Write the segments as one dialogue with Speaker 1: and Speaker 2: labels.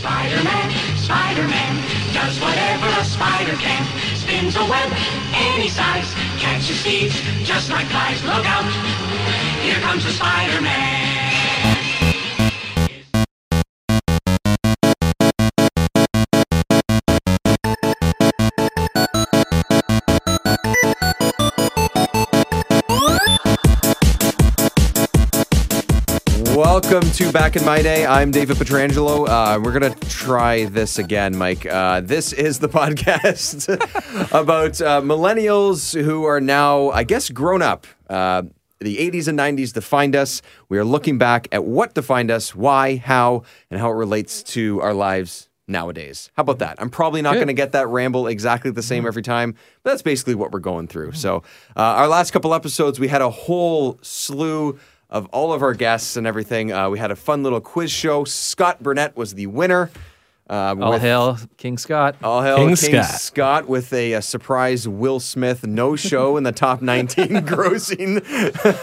Speaker 1: Spider-Man, Spider-Man, does whatever a spider can. Spins a web any size, catches thieves just like flies. Look out, here comes the Spider-Man.
Speaker 2: Welcome to Back in My Day. I'm David Petrangelo. Uh, we're going to try this again, Mike. Uh, this is the podcast about uh, millennials who are now, I guess, grown up. Uh, the 80s and 90s defined us. We are looking back at what defined us, why, how, and how it relates to our lives nowadays. How about that? I'm probably not going to get that ramble exactly the same every time, but that's basically what we're going through. So, uh, our last couple episodes, we had a whole slew of all of our guests and everything. Uh, we had a fun little quiz show. Scott Burnett was the winner. Uh,
Speaker 3: All
Speaker 2: with-
Speaker 3: hail King Scott.
Speaker 2: all hail King,
Speaker 4: King
Speaker 2: Scott.
Speaker 4: Scott.
Speaker 2: with a, uh surprise Will Smith no show in the top 19 grossing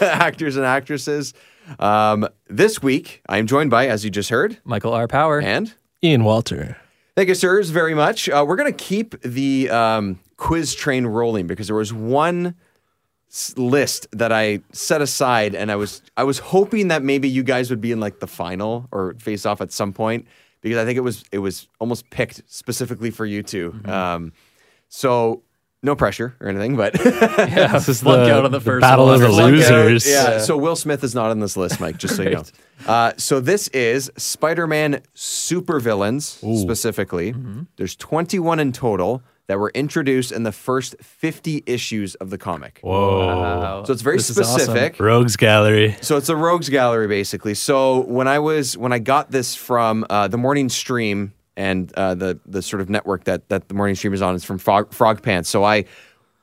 Speaker 2: actors and actresses. Um, this week, I am joined by, as you just heard,
Speaker 3: Michael R. Power.
Speaker 2: and
Speaker 4: Ian Walter.
Speaker 2: Thank you, sirs, very much. Uh, we're going to keep the um, quiz train rolling because there was one s- list that I set aside, and I was I was hoping that maybe you guys would be in like the final or face off at some point because I think it was it was almost picked specifically for you 2 Um, so no pressure or anything, but
Speaker 3: yeah,
Speaker 4: This is
Speaker 3: luck
Speaker 4: the-
Speaker 3: out on the
Speaker 4: the
Speaker 3: first
Speaker 4: battle
Speaker 3: one.
Speaker 4: of the
Speaker 3: Luck out.
Speaker 4: losers.
Speaker 2: Yeah.
Speaker 3: uh, Yeah.
Speaker 2: So Will Smith is not on this list, Mike. Just so you know. Uh, so this is Spider-Man supervillains specifically.
Speaker 3: Mm-hmm.
Speaker 2: There's 21 in total that were introduced in the first 50 issues of the comic.
Speaker 4: Whoa.
Speaker 3: Wow.
Speaker 2: So it's very
Speaker 3: This is awesome.
Speaker 2: specific.
Speaker 4: Rogues Gallery.
Speaker 2: So it's a rogues gallery basically. So when I was when I got this from uh, the morning stream and uh, the the sort of network that that the morning stream is on is from Frog, Frog Pants. So I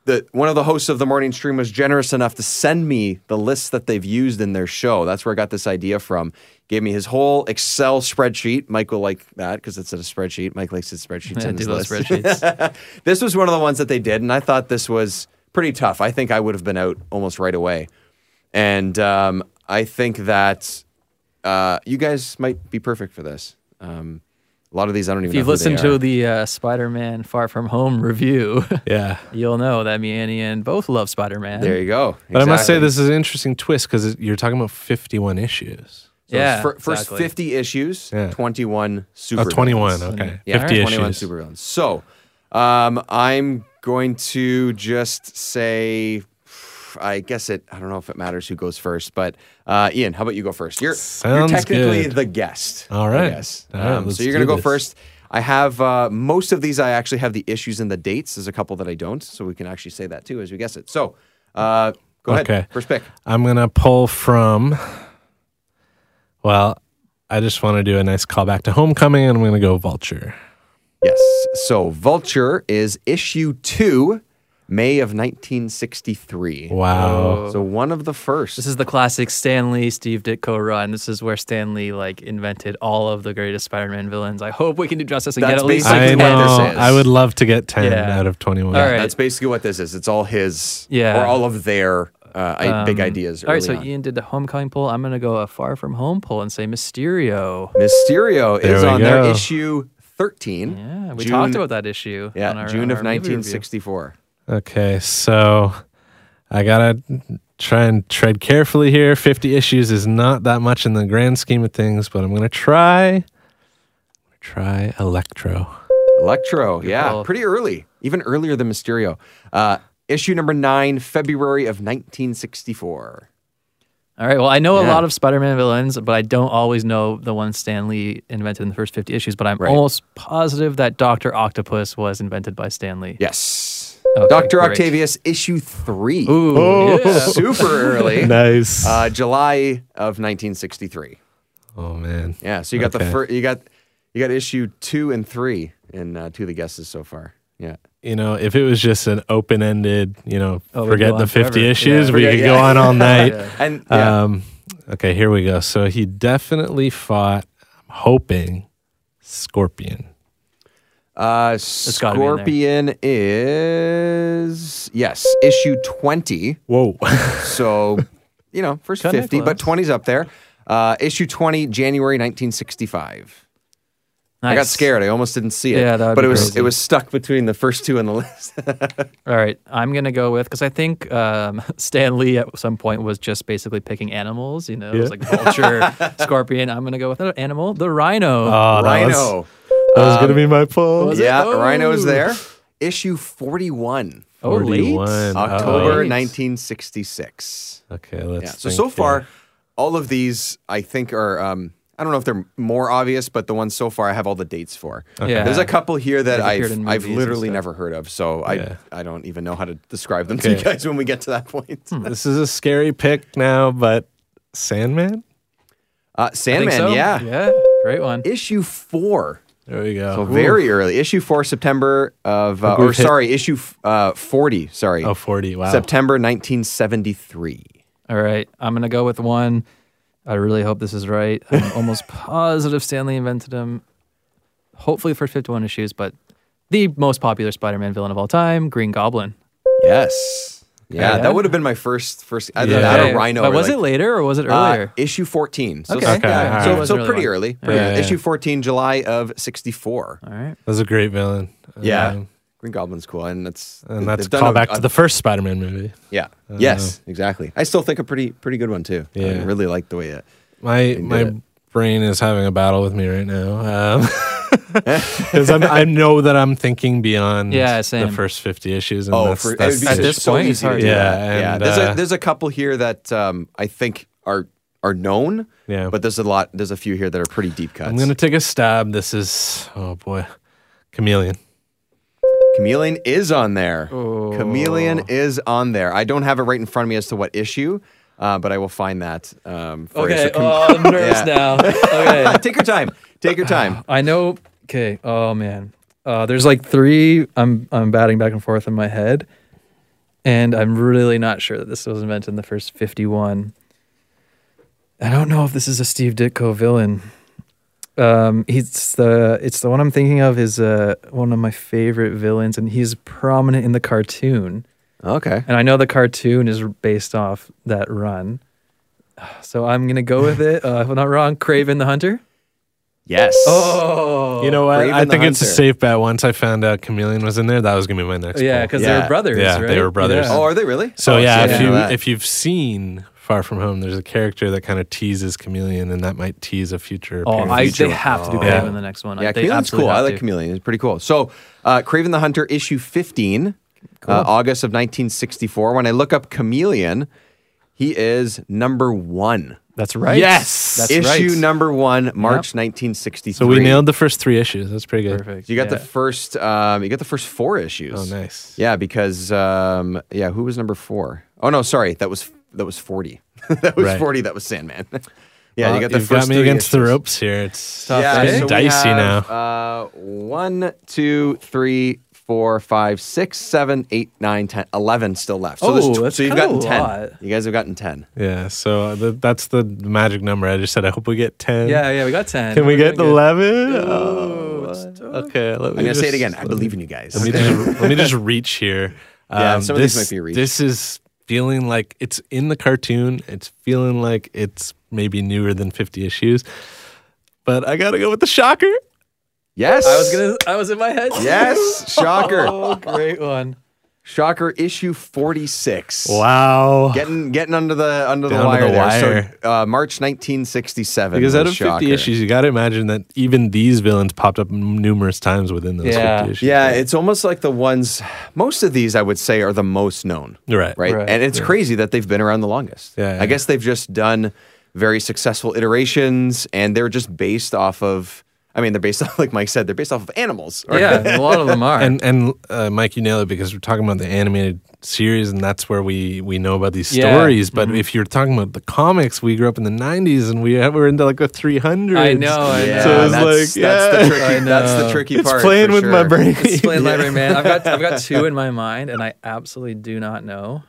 Speaker 2: the one of the hosts of the morning stream was generous enough to send me the lists that they've used in their show. That's where I got this idea from. Gave me his whole Excel spreadsheet. Mike will like that because it's a spreadsheet. Mike likes his spreadsheets.
Speaker 3: I
Speaker 2: in his
Speaker 3: do love
Speaker 2: list.
Speaker 3: spreadsheets.
Speaker 2: This was one of the ones that they did, and I thought this was pretty tough. I think I would have been out almost right away. And um, I think that uh, you guys might be perfect for this. Um, a lot of these I don't even
Speaker 3: if
Speaker 2: know.
Speaker 3: you've
Speaker 2: who
Speaker 3: listened
Speaker 2: they
Speaker 3: to
Speaker 2: are.
Speaker 3: the uh, Spider-Man Far From Home review,
Speaker 4: Yeah.
Speaker 3: you'll know that me and Ian both love Spider-Man.
Speaker 2: There you go.
Speaker 4: But I must say,
Speaker 2: Exactly.
Speaker 4: this is an interesting twist because you're talking about 51 issues.
Speaker 2: So
Speaker 3: yeah,
Speaker 2: fir- first
Speaker 3: exactly.
Speaker 2: 50 issues,
Speaker 4: Yeah.
Speaker 2: 21 super.
Speaker 4: Oh, 21. Okay.
Speaker 2: Yeah,
Speaker 4: 50
Speaker 2: 21
Speaker 4: issues.
Speaker 2: supervillains. So um, I'm going to just say, I guess it, I don't know if it matters who goes first, but uh, Ian, how about you go first? You're, you're
Speaker 4: Sounds
Speaker 2: technically
Speaker 4: good.
Speaker 2: the guest.
Speaker 4: All
Speaker 2: I
Speaker 4: right.
Speaker 2: guess.
Speaker 4: All right,
Speaker 2: Um,
Speaker 4: let's
Speaker 2: so you're going to
Speaker 4: do
Speaker 2: go
Speaker 4: this.
Speaker 2: first. I have uh, most of these, I actually have the issues and the dates. There's a couple that I don't. So we can actually say that too as we guess it. So uh, go
Speaker 4: Okay.
Speaker 2: ahead. First pick.
Speaker 4: I'm going to pull from, well, I just want to do a nice callback to Homecoming and I'm going to go Vulture.
Speaker 2: Yes. So Vulture is issue two, May of 1963.
Speaker 4: Wow.
Speaker 2: So one of the first.
Speaker 3: This is the classic Stan Lee, Steve Ditko run. This is where Stan Lee like invented all of the greatest Spider-Man villains. I hope we can do justice and
Speaker 2: That's
Speaker 3: get at least
Speaker 2: basically
Speaker 4: I
Speaker 3: like
Speaker 2: what this
Speaker 3: 10.
Speaker 4: know.
Speaker 2: is.
Speaker 4: I would love to get 10
Speaker 3: Yeah.
Speaker 4: out of 21.
Speaker 3: All right.
Speaker 2: That's basically what this is. It's all his
Speaker 3: Yeah. Um,
Speaker 2: or all of their uh, I big ideas.
Speaker 3: All right,
Speaker 2: early
Speaker 3: so
Speaker 2: on.
Speaker 3: Ian did the homecoming poll. I'm going to go a far from home poll and say Mysterio.
Speaker 2: Mysterio
Speaker 4: There
Speaker 2: is
Speaker 4: we
Speaker 2: on their
Speaker 4: go.
Speaker 2: issue 13.
Speaker 3: Yeah, we
Speaker 2: June-
Speaker 3: talked about that issue.
Speaker 2: Yeah,
Speaker 3: on our-
Speaker 2: June of
Speaker 3: our movie review.
Speaker 2: 1964.
Speaker 4: Okay, so I gotta try and tread carefully here. 50 issues is not that much in the grand scheme of things, but I'm gonna try. Try Electro.
Speaker 2: Electro, yeah,
Speaker 3: call.
Speaker 2: pretty early, even earlier than Mysterio. Uh, issue number nine, February of 1964.
Speaker 3: All right. Well, I know
Speaker 2: Yeah.
Speaker 3: a lot of Spider-Man villains, but I don't always know the ones Stan Lee invented in the first 50 issues. But I'm
Speaker 2: Right.
Speaker 3: almost positive that Doctor Octopus was invented by Stan Lee.
Speaker 2: Yes.
Speaker 3: Okay,
Speaker 2: Dr.
Speaker 3: great.
Speaker 2: Octavius, issue three.
Speaker 3: Ooh, yeah.
Speaker 2: Super early.
Speaker 4: Oh. Nice.
Speaker 2: Uh, July of 1963.
Speaker 4: oh man.
Speaker 2: Yeah, so you got the
Speaker 4: Okay.
Speaker 2: first, you got you got issue two and three in uh, two of the guesses so far. Yeah,
Speaker 4: You know, if it was just an open ended, you know,
Speaker 3: Oh, we'd go
Speaker 4: forget
Speaker 3: on
Speaker 4: the 50
Speaker 3: forever.
Speaker 4: issues,
Speaker 3: Yeah.
Speaker 4: we
Speaker 2: Forget-
Speaker 4: could
Speaker 2: yeah.
Speaker 4: go on all night.
Speaker 2: and
Speaker 3: Uh,
Speaker 2: yeah,
Speaker 4: Um, okay, here we go. So he definitely fought, I'm hoping, Scorpion.
Speaker 2: Uh,
Speaker 3: gotta be in
Speaker 2: Scorpion
Speaker 3: there.
Speaker 2: is yes, issue twenty.
Speaker 4: Whoa.
Speaker 2: So, you know, 1st
Speaker 3: Kinda
Speaker 2: fifty, but
Speaker 3: close.
Speaker 2: twenty's up there. Uh, issue twenty, January nineteen sixty-five. I got
Speaker 3: Nice.
Speaker 2: scared. I almost didn't see it.
Speaker 3: Yeah, that would
Speaker 2: but
Speaker 3: be
Speaker 2: it was
Speaker 3: crazy.
Speaker 2: it was stuck between the first two on the list.
Speaker 3: All right, I'm gonna go with because I think um, Stan Lee at some point was just basically picking animals. You know, it was like vulture, scorpion. I'm gonna go with another animal, the rhino.
Speaker 4: Oh, that was- Um,
Speaker 2: Rhino.
Speaker 4: That was gonna be my poll.
Speaker 3: was it?
Speaker 2: yeah,
Speaker 3: Oh.
Speaker 2: Rhino is there. Issue forty-one,
Speaker 3: oh, late
Speaker 4: 41. Oh.
Speaker 2: October
Speaker 3: Late.
Speaker 2: nineteen sixty-six.
Speaker 4: Okay, let's.
Speaker 2: Yeah. So
Speaker 4: think,
Speaker 2: so far,
Speaker 4: uh,
Speaker 2: all of these I think are. Um, I don't know if they're more obvious, but the ones so far I have all the dates for.
Speaker 3: Yeah.
Speaker 2: There's a couple here that
Speaker 3: They've
Speaker 2: I've
Speaker 3: appeared in
Speaker 2: I've
Speaker 3: movies and
Speaker 2: literally
Speaker 3: stuff.
Speaker 2: never heard of, so
Speaker 4: Yeah.
Speaker 2: I I don't even know how to describe them to
Speaker 4: Okay.
Speaker 2: you guys when we get to that point.
Speaker 3: Hmm.
Speaker 4: this is a scary pick now, but Sandman.
Speaker 2: Uh,
Speaker 3: I
Speaker 2: Sandman,
Speaker 3: think so.
Speaker 2: yeah.
Speaker 3: yeah, Oh. great one.
Speaker 2: Issue four.
Speaker 4: There we go.
Speaker 2: So very early. Issue four, September of, uh,
Speaker 4: we've
Speaker 2: or
Speaker 4: hit-
Speaker 2: sorry, issue f- uh, 40, sorry.
Speaker 4: Oh, 40. Wow.
Speaker 2: September 1973.
Speaker 3: All right, I'm gonna go with one. I really hope this is right. I'm almost positive Stanley invented him. Hopefully for 51 issues, but the most popular Spider-Man villain of all time, Green Goblin.
Speaker 2: Yes. Yeah,
Speaker 3: Okay.
Speaker 2: that would have been my first, first, I
Speaker 4: Yeah.
Speaker 2: yeah. that
Speaker 3: Okay,
Speaker 2: or Rhino.
Speaker 3: But
Speaker 2: or
Speaker 3: was
Speaker 2: like-
Speaker 3: it later or was it
Speaker 2: Uh,
Speaker 3: earlier?
Speaker 2: issue 14. So,
Speaker 3: Okay.
Speaker 2: yeah,
Speaker 4: Okay, all
Speaker 2: so,
Speaker 4: right.
Speaker 2: so
Speaker 3: Wasn't
Speaker 2: pretty
Speaker 3: really
Speaker 2: early. pretty
Speaker 4: Yeah,
Speaker 2: early.
Speaker 4: yeah.
Speaker 2: Issue 14, July of 64.
Speaker 3: all right.
Speaker 4: That was a great villain.
Speaker 2: Yeah.
Speaker 4: Um,
Speaker 2: Green Goblin's cool. And that's,
Speaker 4: and that's a
Speaker 2: they've done
Speaker 4: callback
Speaker 2: a-
Speaker 4: to the first Spider Man movie.
Speaker 2: Yeah. Yes, exactly. I still think a pretty, pretty good one too. I
Speaker 4: Yeah.
Speaker 2: really like the way it,
Speaker 4: My my
Speaker 2: it.
Speaker 4: brain is having a battle with me right now. Because I know that I'm thinking beyond
Speaker 3: Yeah,
Speaker 4: the
Speaker 3: same.
Speaker 4: first 50 issues. And
Speaker 2: Oh,
Speaker 4: that's,
Speaker 2: for,
Speaker 4: that's
Speaker 2: it would be
Speaker 3: At
Speaker 2: so-
Speaker 3: this
Speaker 2: so
Speaker 3: point,
Speaker 2: easy
Speaker 3: it's
Speaker 2: to
Speaker 3: hard.
Speaker 2: do
Speaker 4: Yeah,
Speaker 2: that. yeah.
Speaker 4: and,
Speaker 2: There's
Speaker 4: uh,
Speaker 2: a there's a couple here that um, I think are are known.
Speaker 4: Yeah.
Speaker 2: But there's a lot. There's a few here that are pretty deep cuts.
Speaker 4: I'm going to take a stab. This is, oh boy, Chameleon.
Speaker 2: Chameleon is on there. Chameleon is on there. I don't have it right in front of me as to what issue, uh, but I will find that. Um, for you. So
Speaker 3: Okay.
Speaker 2: Chame-
Speaker 3: Oh, I'm nervous
Speaker 2: Yeah.
Speaker 3: now. Okay.
Speaker 2: take your time. Take your time.
Speaker 3: I know. Okay. Oh man. Uh, there's like three. I'm I'm batting back and forth in my head, and I'm really not sure that this was invented in the first 51. I don't know if this is a Steve Ditko villain. Um, he's the it's the one I'm thinking of is uh one of my favorite villains, and he's prominent in the cartoon.
Speaker 2: Okay.
Speaker 3: And I know the cartoon is based off that run. So I'm gonna go with it. Uh, if I'm not wrong, Craven the Hunter.
Speaker 2: Yes.
Speaker 3: Oh,
Speaker 4: you know what?
Speaker 2: Craven
Speaker 4: I
Speaker 2: the
Speaker 4: think it's a
Speaker 2: Hunter.
Speaker 4: safe bet. Once I found out Chameleon was in there, that was going to be my next
Speaker 3: yeah,
Speaker 4: poll.
Speaker 3: because
Speaker 2: Yeah.
Speaker 3: they were brothers.
Speaker 4: Yeah, they
Speaker 3: right?
Speaker 4: were brothers.
Speaker 3: Yeah.
Speaker 2: Oh, are they really?
Speaker 4: So
Speaker 2: Oh,
Speaker 4: yeah,
Speaker 2: I
Speaker 4: if
Speaker 2: didn't
Speaker 4: you
Speaker 2: know that.
Speaker 4: if you've seen Far From Home, there's a character that kind of teases Chameleon, and that might tease a future.
Speaker 3: Oh,
Speaker 4: appearance.
Speaker 3: I, they have to do Craven
Speaker 4: Yeah.
Speaker 3: in the next one.
Speaker 2: yeah,
Speaker 3: they
Speaker 2: Chameleon's
Speaker 3: absolutely
Speaker 2: cool. I
Speaker 3: have
Speaker 2: like
Speaker 3: to.
Speaker 2: Chameleon. It's pretty cool. So, uh, Craven the Hunter, issue 15, uh, August of 1964. When I look up Chameleon, he is number one.
Speaker 3: That's right.
Speaker 4: Yes!
Speaker 3: that's
Speaker 2: issue
Speaker 3: right.
Speaker 2: number one, March 1963.
Speaker 4: so we nailed the first three issues. That's pretty good.
Speaker 3: Perfect.
Speaker 2: You got the
Speaker 3: Yeah.
Speaker 2: first. Um, you got the first four issues.
Speaker 4: Oh, nice.
Speaker 2: Yeah, because um, yeah, who was number four? Oh no, sorry, that was that was 40. that was
Speaker 4: Right.
Speaker 2: 40. That was Sandman. yeah, you
Speaker 4: Well,
Speaker 2: got the
Speaker 4: Uh, you've
Speaker 2: first.
Speaker 4: got me
Speaker 2: three
Speaker 4: against the
Speaker 2: issues.
Speaker 4: ropes here. It's tough.
Speaker 2: Yeah,
Speaker 3: It's
Speaker 2: so we
Speaker 4: dicey
Speaker 2: have, Uh, one, two, three, four, five, six, seven, eight, nine, ten, eleven still left. So, there's
Speaker 3: Oh, that's
Speaker 2: so you've
Speaker 3: kinda
Speaker 2: gotten
Speaker 3: a
Speaker 2: ten.
Speaker 3: lot.
Speaker 2: You guys have gotten ten.
Speaker 4: Yeah. So uh, the, that's the magic number. I just said I hope we get ten.
Speaker 3: Yeah, yeah, we got ten.
Speaker 4: Can we get
Speaker 3: doing good.
Speaker 4: eleven? Oh, okay. Let me
Speaker 2: I'm gonna say it
Speaker 4: just-
Speaker 2: again. I believe in you guys.
Speaker 4: Let me just, let me just reach here. Um,
Speaker 2: Yeah, some of these
Speaker 4: this,
Speaker 2: might be a reach.
Speaker 4: This is feeling like it's in the cartoon. It's feeling like it's maybe newer than 50 issues. But I got to go with the shocker.
Speaker 2: Yes.
Speaker 3: I was gonna. I was in my head.
Speaker 2: Yes. Shocker.
Speaker 3: Oh, great one.
Speaker 2: Shocker. Issue 46.
Speaker 4: Wow.
Speaker 2: Getting getting under the under the
Speaker 4: Down to
Speaker 2: wire
Speaker 4: the
Speaker 2: there.
Speaker 4: wire.
Speaker 2: So uh, March 1967.
Speaker 4: because out
Speaker 2: was
Speaker 4: of 50
Speaker 2: Shocker.
Speaker 4: issues, you got to imagine that even these villains popped up m- numerous times within those
Speaker 3: Yeah.
Speaker 4: 50 issues.
Speaker 2: Yeah, it's almost like the ones. Most of these, I would say, are the most known.
Speaker 4: Right.
Speaker 2: right?
Speaker 3: Right,
Speaker 2: And it's crazy that they've been around the longest.
Speaker 4: Yeah, yeah.
Speaker 2: I guess they've just done very successful iterations, and they're just based off of. I mean, they're based off, like Mike said, they're based off of animals. right?
Speaker 3: Yeah, a lot of them are.
Speaker 4: And and uh, Mike, you nailed it because we're talking about the animated series, and that's where we we know about these
Speaker 3: Yeah. Mm-hmm.
Speaker 4: stories. But if you're talking about the comics, we grew up in the '90s, and we were into like the 300s.
Speaker 3: I know. I
Speaker 2: Yeah,
Speaker 3: know.
Speaker 4: So it's
Speaker 2: that's, that's
Speaker 4: like, yeah.
Speaker 2: the tricky. That's the tricky
Speaker 4: It's
Speaker 2: part.
Speaker 4: playing
Speaker 2: for
Speaker 4: with my
Speaker 2: sure.
Speaker 4: brain.
Speaker 3: Explain library man. I've got I've got two in my mind, and I absolutely do not know.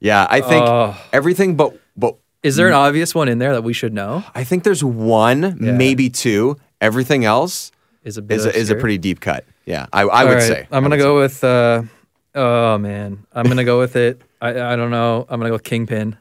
Speaker 2: Yeah, I think
Speaker 3: Oh.
Speaker 2: everything, but but
Speaker 3: Is there an obvious one in there that we should know?
Speaker 2: I think there's one, maybe two. Everything else
Speaker 3: Is a bit
Speaker 2: is a, is a
Speaker 3: obscure.
Speaker 2: pretty deep cut. Yeah, I, I would
Speaker 3: All right,
Speaker 2: say.
Speaker 3: I'm gonna go with. Uh, oh man, I'm gonna go with it. I I don't know. I'm gonna go with Kingpin.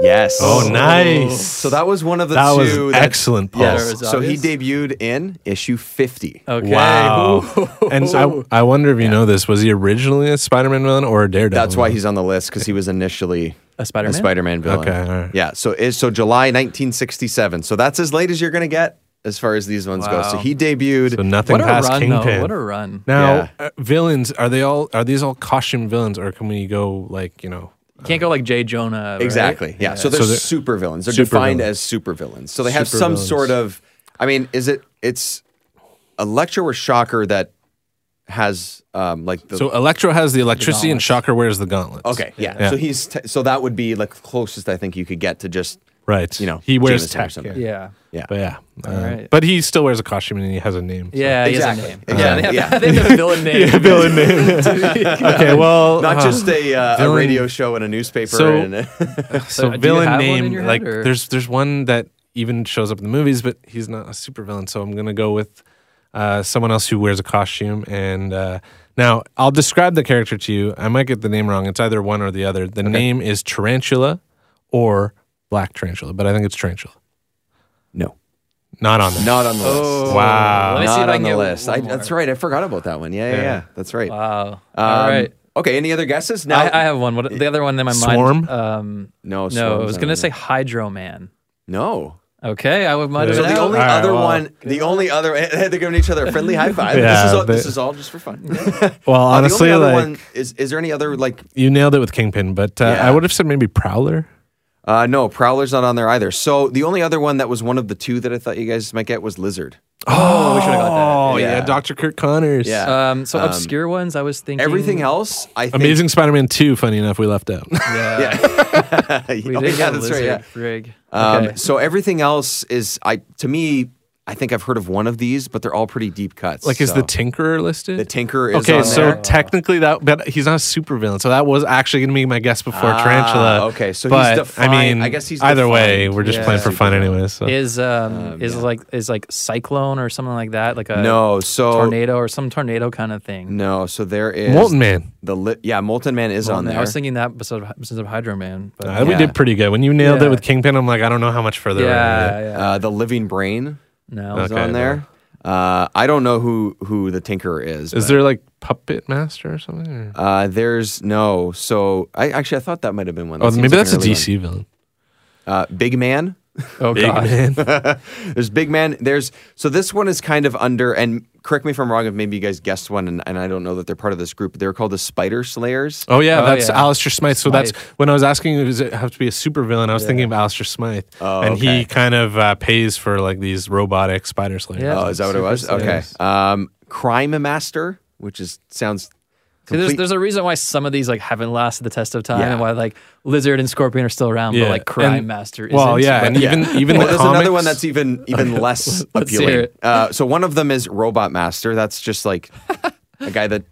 Speaker 2: Yes.
Speaker 4: Oh, nice.
Speaker 2: So that was one of the
Speaker 4: That was
Speaker 2: two.
Speaker 4: excellent
Speaker 2: Yes.
Speaker 3: That
Speaker 4: pulls.
Speaker 3: was
Speaker 2: So he
Speaker 3: obvious.
Speaker 2: debuted in issue 50.
Speaker 3: Okay.
Speaker 4: Wow. and
Speaker 2: So-
Speaker 4: I, I wonder if you know this. Was he originally a Spider-Man villain or a Daredevil?
Speaker 2: That's why he's on the list because he was initially
Speaker 3: A Spider-Man?
Speaker 2: a Spider-Man villain.
Speaker 4: Okay, all right.
Speaker 2: Yeah. So is so July 1967. So that's as late as you're gonna get as far as these ones go. So
Speaker 3: Wow.
Speaker 2: he debuted.
Speaker 4: So nothing
Speaker 3: What a
Speaker 4: past
Speaker 3: run,
Speaker 4: Kingpin.
Speaker 3: though. What a run.
Speaker 4: Now,
Speaker 2: Yeah.
Speaker 4: uh, villains are they all? Are these all costume villains, or can we go like you know?
Speaker 3: You can't go like Jay Jonah. right?
Speaker 2: exactly. Yeah. So they're,
Speaker 4: So they're-
Speaker 2: super villains. They're
Speaker 4: Super
Speaker 2: defined
Speaker 4: villains.
Speaker 2: as super villains. So they have
Speaker 4: Super
Speaker 2: some
Speaker 4: villains.
Speaker 2: sort of. I mean, is it? It's Electro or Shocker that has um like the.
Speaker 4: So Electro has the electricity, and Shocker wears the gauntlets.
Speaker 2: okay. Yeah.
Speaker 4: Yeah.
Speaker 2: So he's t- so that would be like closest I think you could get to just.
Speaker 4: right.
Speaker 2: You know,
Speaker 4: he wears
Speaker 2: Jameson or
Speaker 4: tech.
Speaker 2: something.
Speaker 4: yeah.
Speaker 3: Yeah.
Speaker 2: Yeah.
Speaker 4: But yeah, uh,
Speaker 3: right.
Speaker 4: but he still wears a costume and he has a name. so-
Speaker 3: Yeah,
Speaker 2: Exactly.
Speaker 3: he has a
Speaker 2: Yeah.
Speaker 3: name. Yeah, they have,
Speaker 2: Yeah.
Speaker 3: they have a villain name.
Speaker 4: villain name. okay, well,
Speaker 2: Not
Speaker 4: uh,
Speaker 2: just a, uh, a
Speaker 4: villain-
Speaker 2: radio show and a newspaper.
Speaker 4: So-
Speaker 2: and
Speaker 3: So,
Speaker 4: so
Speaker 3: do you
Speaker 4: villain
Speaker 3: have one in
Speaker 4: name
Speaker 3: your
Speaker 4: like
Speaker 3: head, or-
Speaker 4: there's there's one that even shows up in the movies, but he's not a super villain. So I'm gonna go with uh, someone else who wears a costume. And uh, now I'll describe the character to you. I might get the name wrong. It's either one or the other. The name is Tarantula or Black Tarantula, but I think it's Tarantula.
Speaker 2: no,
Speaker 4: Not on there.
Speaker 2: not on the list.
Speaker 4: Oh. Wow.
Speaker 3: Let me see
Speaker 2: Not
Speaker 3: if I
Speaker 2: on
Speaker 3: can
Speaker 2: the
Speaker 3: get
Speaker 2: list.
Speaker 3: one
Speaker 2: I,
Speaker 3: more.
Speaker 2: that's right. I forgot about that one. Yeah, yeah,
Speaker 4: Yeah.
Speaker 2: yeah. That's right.
Speaker 3: Wow.
Speaker 2: Um,
Speaker 3: All right.
Speaker 2: Okay. Any other guesses? Now
Speaker 3: I, I have one. What, the other one in my
Speaker 4: Swarm?
Speaker 3: mind. Um,
Speaker 2: no.
Speaker 3: no, I
Speaker 2: Swarm's
Speaker 3: was
Speaker 2: not
Speaker 3: going
Speaker 2: on
Speaker 3: to say
Speaker 2: there.
Speaker 3: Hydro Man.
Speaker 2: no.
Speaker 3: Okay, I would might have
Speaker 2: So
Speaker 3: been
Speaker 2: the
Speaker 3: out.
Speaker 2: only
Speaker 4: All right,
Speaker 2: other
Speaker 4: well,
Speaker 2: one, the only other, they're giving each other a friendly high five.
Speaker 4: Yeah,
Speaker 2: this, is all,
Speaker 4: they-
Speaker 2: this is all just for fun.
Speaker 4: Well,
Speaker 2: Uh,
Speaker 4: honestly,
Speaker 2: the only other
Speaker 4: like
Speaker 2: one is is there any other like?
Speaker 4: you nailed it with Kingpin, but uh,
Speaker 2: Yeah.
Speaker 4: I would have said maybe Prowler.
Speaker 2: Uh, no, Prowler's not on there either. So the only other one that was one of the two that I thought you guys might get was Lizard.
Speaker 3: Oh, we should have got
Speaker 4: Oh
Speaker 2: yeah.
Speaker 4: yeah, Dr. Kurt Connors.
Speaker 2: Yeah.
Speaker 3: that. Um, so obscure ones, I was thinking.
Speaker 2: Oh. Everything else, I think,
Speaker 4: Amazing Spider-Man 2, funny enough, we left out.
Speaker 2: Yeah,
Speaker 3: We
Speaker 2: Oh,
Speaker 3: did
Speaker 2: yeah,
Speaker 3: get a
Speaker 2: that's right.
Speaker 3: lizard
Speaker 2: Yeah.
Speaker 3: rig.
Speaker 2: Um,
Speaker 3: Okay.
Speaker 2: So everything else is I to me. I think I've heard of one of these, but they're all pretty deep cuts.
Speaker 4: Like, is
Speaker 2: so.
Speaker 4: the Tinkerer listed?
Speaker 2: the Tinker is
Speaker 4: okay,
Speaker 2: on
Speaker 4: so
Speaker 2: there.
Speaker 4: technically that, but he's not a supervillain. So that was actually going to be my guess before Tarantula.
Speaker 2: Ah, okay, so he's
Speaker 4: but,
Speaker 2: defined-
Speaker 4: I mean,
Speaker 2: I guess he's
Speaker 4: either way,
Speaker 2: defined
Speaker 4: we're just
Speaker 3: as
Speaker 4: playing
Speaker 3: a
Speaker 4: for fun anyway. So
Speaker 3: is um, is like is like cyclone or something like that, like a
Speaker 2: no, so
Speaker 3: Uh, tornado or some tornado kind of thing.
Speaker 2: no, so there is
Speaker 4: Molten Man.
Speaker 2: The li- yeah, Molten Man is on there.
Speaker 3: I was thinking that besides of, besides of Hydro Man, but
Speaker 4: Uh, We
Speaker 2: Yeah.
Speaker 4: did pretty good when you nailed
Speaker 3: Yeah.
Speaker 4: it with Kingpin. I'm like, I don't know how much further.
Speaker 3: yeah,
Speaker 4: we're gonna
Speaker 3: yeah,
Speaker 4: get.
Speaker 2: uh, the Living Brain
Speaker 3: no,
Speaker 2: is
Speaker 4: Okay.
Speaker 2: on there. Uh, I don't know who who the Tinkerer is.
Speaker 4: Is
Speaker 2: but,
Speaker 4: there like Puppet Master or something? Or?
Speaker 2: Uh, there's no. So I actually I thought that might have been one. That
Speaker 4: oh,
Speaker 2: seems
Speaker 4: maybe
Speaker 2: like
Speaker 4: that's a
Speaker 2: an early
Speaker 4: DC villain.
Speaker 2: one. Uh, Big Man.
Speaker 3: oh god,
Speaker 2: There's Big Man. There's so this one is kind of under and correct me if I'm wrong if maybe you guys guessed one and, and I don't know that they're part of this group. They're called the Spider Slayers.
Speaker 4: Oh yeah,
Speaker 3: Oh,
Speaker 4: that's
Speaker 3: yeah.
Speaker 4: Alistair Smythe. So that's
Speaker 3: Smythe.
Speaker 4: when I was asking, you, does it have to be a supervillain? I was thinking of Alistair Smythe,
Speaker 2: Oh,
Speaker 4: and
Speaker 2: okay.
Speaker 4: he kind of uh, pays for like these robotic spider slayers.
Speaker 3: Yeah.
Speaker 2: Oh, is that what it
Speaker 3: Super
Speaker 2: was? Okay.
Speaker 3: Slayers.
Speaker 2: Um, Crime Master, which is sounds.
Speaker 3: See, there's
Speaker 2: complete-
Speaker 3: there's a reason why some of these like haven't lasted the test of time,
Speaker 2: Yeah.
Speaker 3: and why like lizard and scorpion are still around, but like crime
Speaker 4: and-
Speaker 3: master. Isn't,
Speaker 4: Well, yeah,
Speaker 3: but-
Speaker 4: and even even
Speaker 2: well,
Speaker 4: the
Speaker 2: there's
Speaker 4: comics,
Speaker 2: another one that's even even less
Speaker 3: Let's hear
Speaker 2: appealing.
Speaker 3: it.
Speaker 2: Uh, so one of them is Robot Master. That's just like a guy that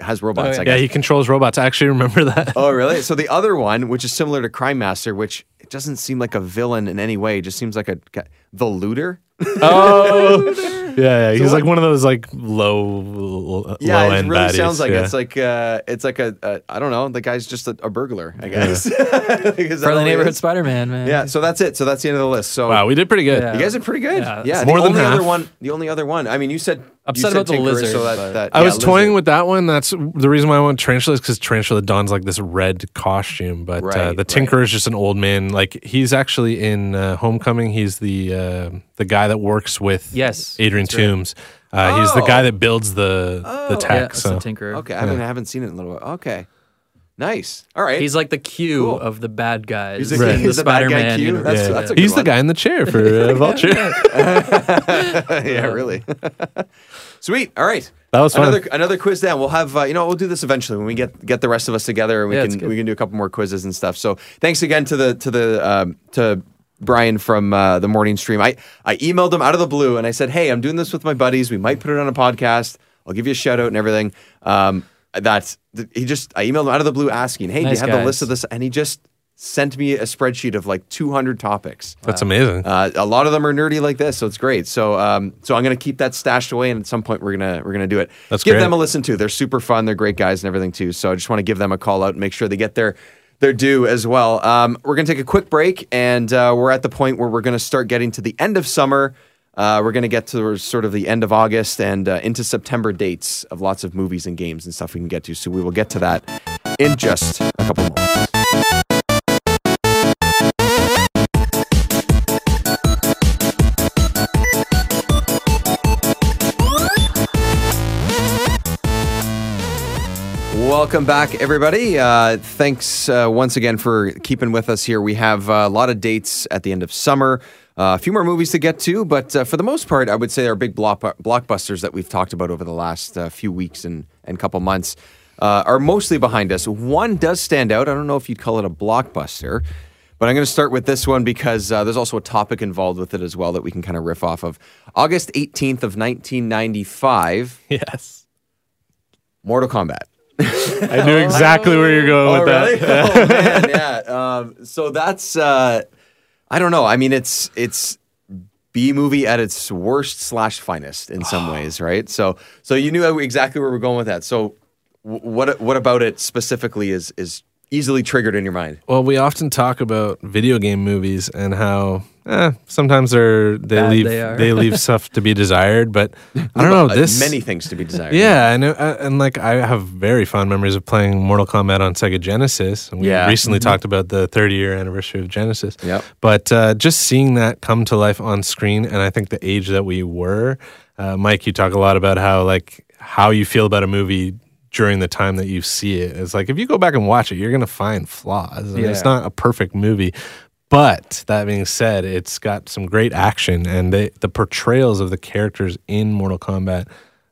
Speaker 2: has robots. I
Speaker 4: Oh, yeah,
Speaker 2: guess.
Speaker 4: he controls robots. I actually remember that.
Speaker 2: oh, really? So the other one, which is similar to Crime Master, which it doesn't seem like a villain in any way. It just seems like a guy- the looter.
Speaker 4: yeah, yeah, he's like one of those like low,
Speaker 2: Yeah,
Speaker 4: low
Speaker 2: it
Speaker 4: end
Speaker 2: really
Speaker 4: baddies.
Speaker 2: sounds like
Speaker 4: yeah.
Speaker 2: it's like uh, it's like a, a I don't know. The guy's just a, a burglar, I guess. Is that
Speaker 3: friendly
Speaker 2: what it
Speaker 3: neighborhood
Speaker 2: is?
Speaker 3: Spider Man, man.
Speaker 2: Yeah. So that's it. So that's the end of the list. So
Speaker 4: wow, we did pretty good.
Speaker 3: Yeah.
Speaker 2: you guys are pretty good.
Speaker 3: Yeah,
Speaker 2: Yeah.
Speaker 3: it's
Speaker 2: the
Speaker 4: more than
Speaker 2: only other
Speaker 4: half.
Speaker 2: one. The only other one. I mean, you said you said
Speaker 3: Upset about the
Speaker 2: Tinkerer,
Speaker 3: lizard,
Speaker 2: So that,
Speaker 3: but-
Speaker 2: that,
Speaker 4: I
Speaker 2: yeah,
Speaker 4: was toying
Speaker 2: lizard.
Speaker 4: with that one. That's the reason why I went Tarantula is because Tarantula dons like this red costume, but uh,
Speaker 2: Right,
Speaker 4: the Tinker is just an old man. Like he's actually in uh, Homecoming. He's the uh, the guy that works with
Speaker 3: Yes,
Speaker 4: Adrian
Speaker 3: that's right.
Speaker 4: Toomes. Uh, He's the
Speaker 2: Oh.
Speaker 4: guy that builds the the
Speaker 3: yeah,
Speaker 4: tech.
Speaker 3: that's
Speaker 4: so.
Speaker 3: the tinker.
Speaker 2: Okay, I haven't, I haven't seen it in a little while. Okay, nice. All right.
Speaker 3: He's like the Q
Speaker 2: Cool.
Speaker 3: of the bad guys.
Speaker 2: He's the-
Speaker 3: in
Speaker 2: he's the bad guy
Speaker 3: Spider-Man
Speaker 2: Q?
Speaker 3: universe.
Speaker 2: That's-
Speaker 4: Yeah.
Speaker 2: that's a good
Speaker 4: he's
Speaker 2: one.
Speaker 4: the guy in the chair for uh, Vulture.
Speaker 2: yeah, really. Sweet. All right.
Speaker 4: That was fun.
Speaker 2: Another another quiz down. We'll have uh, you know we'll do this eventually when we get get the rest of us together and we
Speaker 3: Yeah, it's
Speaker 2: can
Speaker 3: good.
Speaker 2: we can do a couple more quizzes and stuff. So thanks again to the to the um, to Brian from uh, the morning stream. I I emailed him out of the blue and I said, hey, I'm doing this with my buddies. We might put it on a podcast. I'll give you a shout out and everything. Um, that's th- he just I emailed him out of the blue asking, hey, do
Speaker 3: Nice
Speaker 2: you have the
Speaker 3: guys.
Speaker 2: list of this? And he just sent me a spreadsheet of like 200 topics.
Speaker 4: That's amazing.
Speaker 2: Uh, a lot of them are nerdy like this, so it's great. So, um, so I'm gonna keep that stashed away, and at some point we're gonna we're gonna do it.
Speaker 4: That's
Speaker 2: give
Speaker 4: great.
Speaker 2: them a listen too. They're super fun. They're great guys and everything too. So I just want to give them a call out and make sure they get their they're due as well. Um, we're going to take a quick break, and uh, we're at the point where we're going to start getting to the end of summer. Uh, we're going to get to sort of the end of August and uh, into September dates of lots of movies and games and stuff we can get to. So we will get to that in just a couple moments. Welcome back, everybody. Uh, thanks uh, once again for keeping with us here. We have uh, a lot of dates at the end of summer, uh, a few more movies to get to, but uh, for the most part, I would say our big block- blockbusters that we've talked about over the last uh, few weeks and, and couple months uh, are mostly behind us. One does stand out. I don't know if you'd call it a blockbuster, but I'm going to start with this one because uh, there's also a topic involved with it as well that we can kind of riff off of. August 18th of 1995,
Speaker 4: Yes.
Speaker 2: Mortal Kombat.
Speaker 4: I knew exactly where you're going with that.
Speaker 2: Oh, man, yeah. Um, so that's uh, I don't know. I mean, it's it's B movie at its worst slash finest in some ways, right? So so you knew exactly where we're going with that. So wh- what what about it specifically is is easily triggered in your mind?
Speaker 4: Well, we often talk about video game movies and how eh, sometimes they're they
Speaker 3: Bad
Speaker 4: leave
Speaker 3: they are.
Speaker 4: leave stuff to be desired. But I don't know
Speaker 2: Uh,
Speaker 4: this
Speaker 2: many things to be desired.
Speaker 4: Yeah, and uh, and like I have very fond memories of playing Mortal Kombat on Sega Genesis. And we
Speaker 2: Yeah. Mm-hmm.
Speaker 4: recently talked about the 30 year anniversary of Genesis.
Speaker 2: Yep.
Speaker 4: But uh, just seeing that come to life on screen, and I think the age that we were, uh, Mike, you talk a lot about how like how you feel about a movie during the time that you see it. It's like if you go back and watch it, you're gonna find flaws. I mean, It's
Speaker 3: Yeah.
Speaker 4: not a perfect movie. But that being said, it's got some great action, and they, the portrayals of the characters in Mortal Kombat,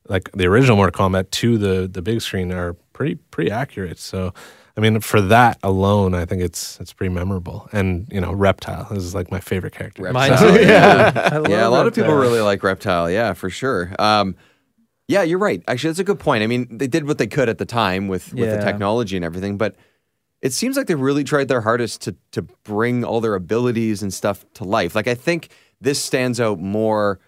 Speaker 4: like the original Mortal Kombat to the the big screen, are pretty pretty accurate. So, I mean, for that alone, I think it's it's pretty memorable. And you know, Reptile is like my favorite character.
Speaker 3: Mine
Speaker 2: So,
Speaker 3: too.
Speaker 2: yeah.
Speaker 3: I love
Speaker 2: yeah, a lot of
Speaker 3: that.
Speaker 2: people really like Reptile. Yeah, for sure. Um, yeah, you're right. Actually, that's a good point. I mean, they did what they could at the time with, with the
Speaker 3: Yeah.
Speaker 2: technology and everything, but it seems like they really tried their hardest to to bring all their abilities and stuff to life. Like I think this stands out more.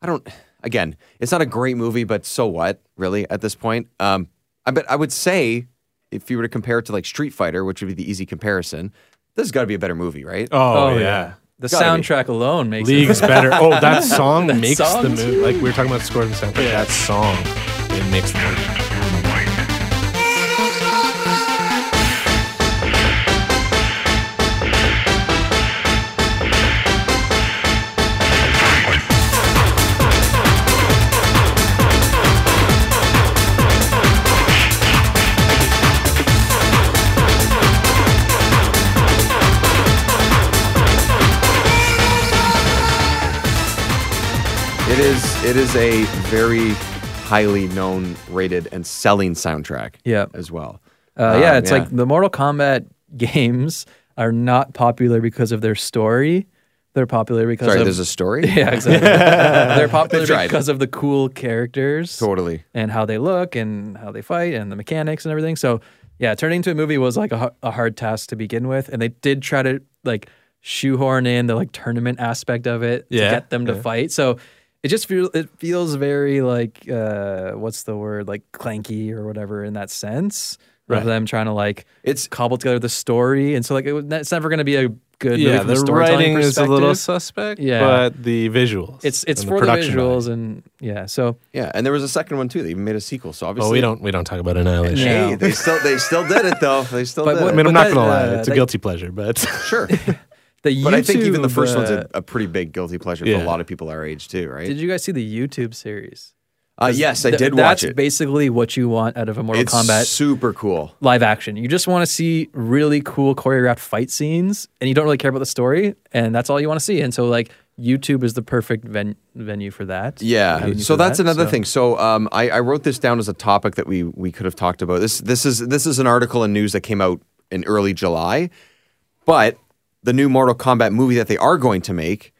Speaker 2: I don't. Again, it's not a great movie, but so what? Really, at this point, um, I but I would say if you were to compare it to like Street Fighter, which would be the easy comparison, this has got to be a better movie, right?
Speaker 4: Oh, yeah.
Speaker 3: The
Speaker 2: Gotta be.
Speaker 3: soundtrack alone makes it
Speaker 4: League's better. Oh, that song makes
Speaker 3: song
Speaker 4: the
Speaker 3: is
Speaker 4: movie. Like we were talking about scores and stuff. Like That song, it makes the movie.
Speaker 2: It is it is a very highly known, rated, and selling soundtrack.
Speaker 3: Yeah.
Speaker 2: as well.
Speaker 3: Uh,
Speaker 2: Um,
Speaker 3: yeah, it's like the Mortal Kombat games are not popular because of their story. They're popular because
Speaker 2: sorry,
Speaker 3: of
Speaker 2: there's a story.
Speaker 3: yeah, exactly. They're popular
Speaker 2: tried.
Speaker 3: because of the cool characters
Speaker 2: totally.
Speaker 3: and how they look and how they fight and the mechanics and everything. So yeah, turning into a movie was like a, har- a hard task to begin with, and they did try to like shoehorn in the like tournament aspect of it
Speaker 4: Yeah,
Speaker 3: to get them to fight. So it just feel it feels very like uh, what's the word like clanky or whatever in that sense
Speaker 4: Right.
Speaker 3: of them trying to like
Speaker 2: It's
Speaker 3: cobble together the story, and so like it, was- it's never going to be a good movie
Speaker 4: yeah,
Speaker 3: from a
Speaker 4: the
Speaker 3: storytelling
Speaker 4: writing is a little
Speaker 3: perspective.
Speaker 4: suspect.
Speaker 3: Yeah.
Speaker 4: but the visuals.
Speaker 3: It's it's
Speaker 4: and
Speaker 3: for the,
Speaker 4: production value.
Speaker 3: visuals and yeah, so
Speaker 2: yeah, and there was a second one too. They even made a sequel, so obviously
Speaker 4: Well, Oh, we don't we don't talk about annihilation.
Speaker 3: Yeah.
Speaker 2: Hey, they still they still did it though. They still
Speaker 3: But
Speaker 2: did
Speaker 3: what-
Speaker 4: I
Speaker 2: it.
Speaker 4: mean, I'm
Speaker 3: But
Speaker 4: not
Speaker 3: that,
Speaker 4: gonna lie,
Speaker 3: uh,
Speaker 4: it's a
Speaker 3: that-
Speaker 4: guilty pleasure, but
Speaker 2: Sure,
Speaker 3: the YouTube.
Speaker 2: but I think even the first one's
Speaker 3: uh,
Speaker 2: a, a pretty big guilty pleasure for
Speaker 4: Yeah.
Speaker 2: a lot of people our age too, right?
Speaker 3: Did you guys see the YouTube series?
Speaker 2: uh, yes, I
Speaker 3: Th-
Speaker 2: did watch
Speaker 3: that's
Speaker 2: it.
Speaker 3: basically what you want out of a Mortal
Speaker 2: It's
Speaker 3: Kombat
Speaker 2: super cool.
Speaker 3: live action. You just want to see really cool choreographed fight scenes, and you don't really care about the story, and that's all you want to see. And so, like, YouTube is the perfect ven- venue for that.
Speaker 2: Yeah.
Speaker 3: avenue
Speaker 2: So
Speaker 3: for
Speaker 2: that's
Speaker 3: that,
Speaker 2: another
Speaker 3: so-
Speaker 2: thing. So um, I, I wrote this down as a topic that we we could have talked about. This this is this is an article in news that came out in early July, but the new Mortal Kombat movie that they are going to make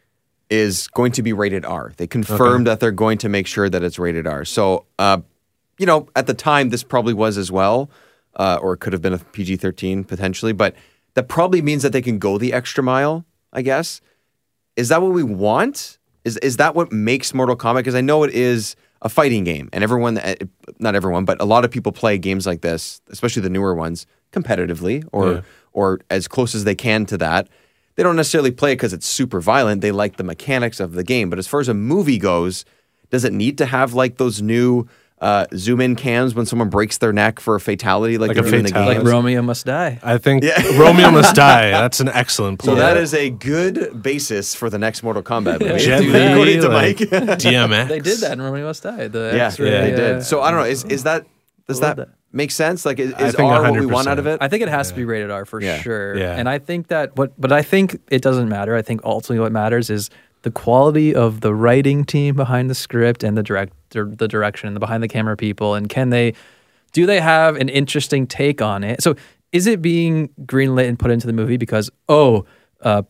Speaker 2: is going to be rated R. They confirmed that they're going to make sure that it's rated R. So uh, you know, at the time, this probably was as well, uh, or it could have been a PG thirteen potentially. But that probably means that they can go the extra mile, I guess is that what we want? Is is that what makes Mortal Kombat? Because I know it is a fighting game, and everyone, eh, not everyone, but a lot of people play games like this, especially the newer ones, competitively or
Speaker 4: Yeah.
Speaker 2: or as close as they can to that. They don't necessarily play it because it's super violent. They like the mechanics of the game. But as far as a movie goes, does it need to have like those new uh, zoom in cams when someone breaks their neck for a fatality like,
Speaker 4: Like a
Speaker 2: they do in the
Speaker 4: fatality.
Speaker 3: Like
Speaker 2: games?
Speaker 3: Romeo must die.
Speaker 4: I think
Speaker 2: Yeah.
Speaker 4: Romeo Must Die. That's an excellent
Speaker 2: So
Speaker 4: play.
Speaker 2: that is a good basis for the next Mortal Kombat movie.
Speaker 3: Jet
Speaker 4: Jet
Speaker 3: do
Speaker 4: Li,
Speaker 3: that.
Speaker 2: According to
Speaker 4: like,
Speaker 2: Mike.
Speaker 4: DMX.
Speaker 3: They did that in Romeo Must Die. The
Speaker 2: Yeah,
Speaker 3: X-ray, uh,
Speaker 4: yeah,
Speaker 2: they
Speaker 4: yeah,
Speaker 2: did. So I don't know. Is is that does
Speaker 3: love
Speaker 2: that,
Speaker 3: that.
Speaker 2: make sense? Like, is,
Speaker 4: I
Speaker 2: is
Speaker 4: think
Speaker 2: R what we want
Speaker 4: 100%.
Speaker 2: out of it?
Speaker 3: I think it has to be rated R for
Speaker 2: Yeah.
Speaker 3: sure.
Speaker 4: Yeah.
Speaker 3: And I think that what but I think it doesn't matter. I think ultimately what matters is the quality of the writing team behind the script and the director the direction and the behind the camera people and can they do they have an interesting take on it? So is it being greenlit and put into the movie because oh uh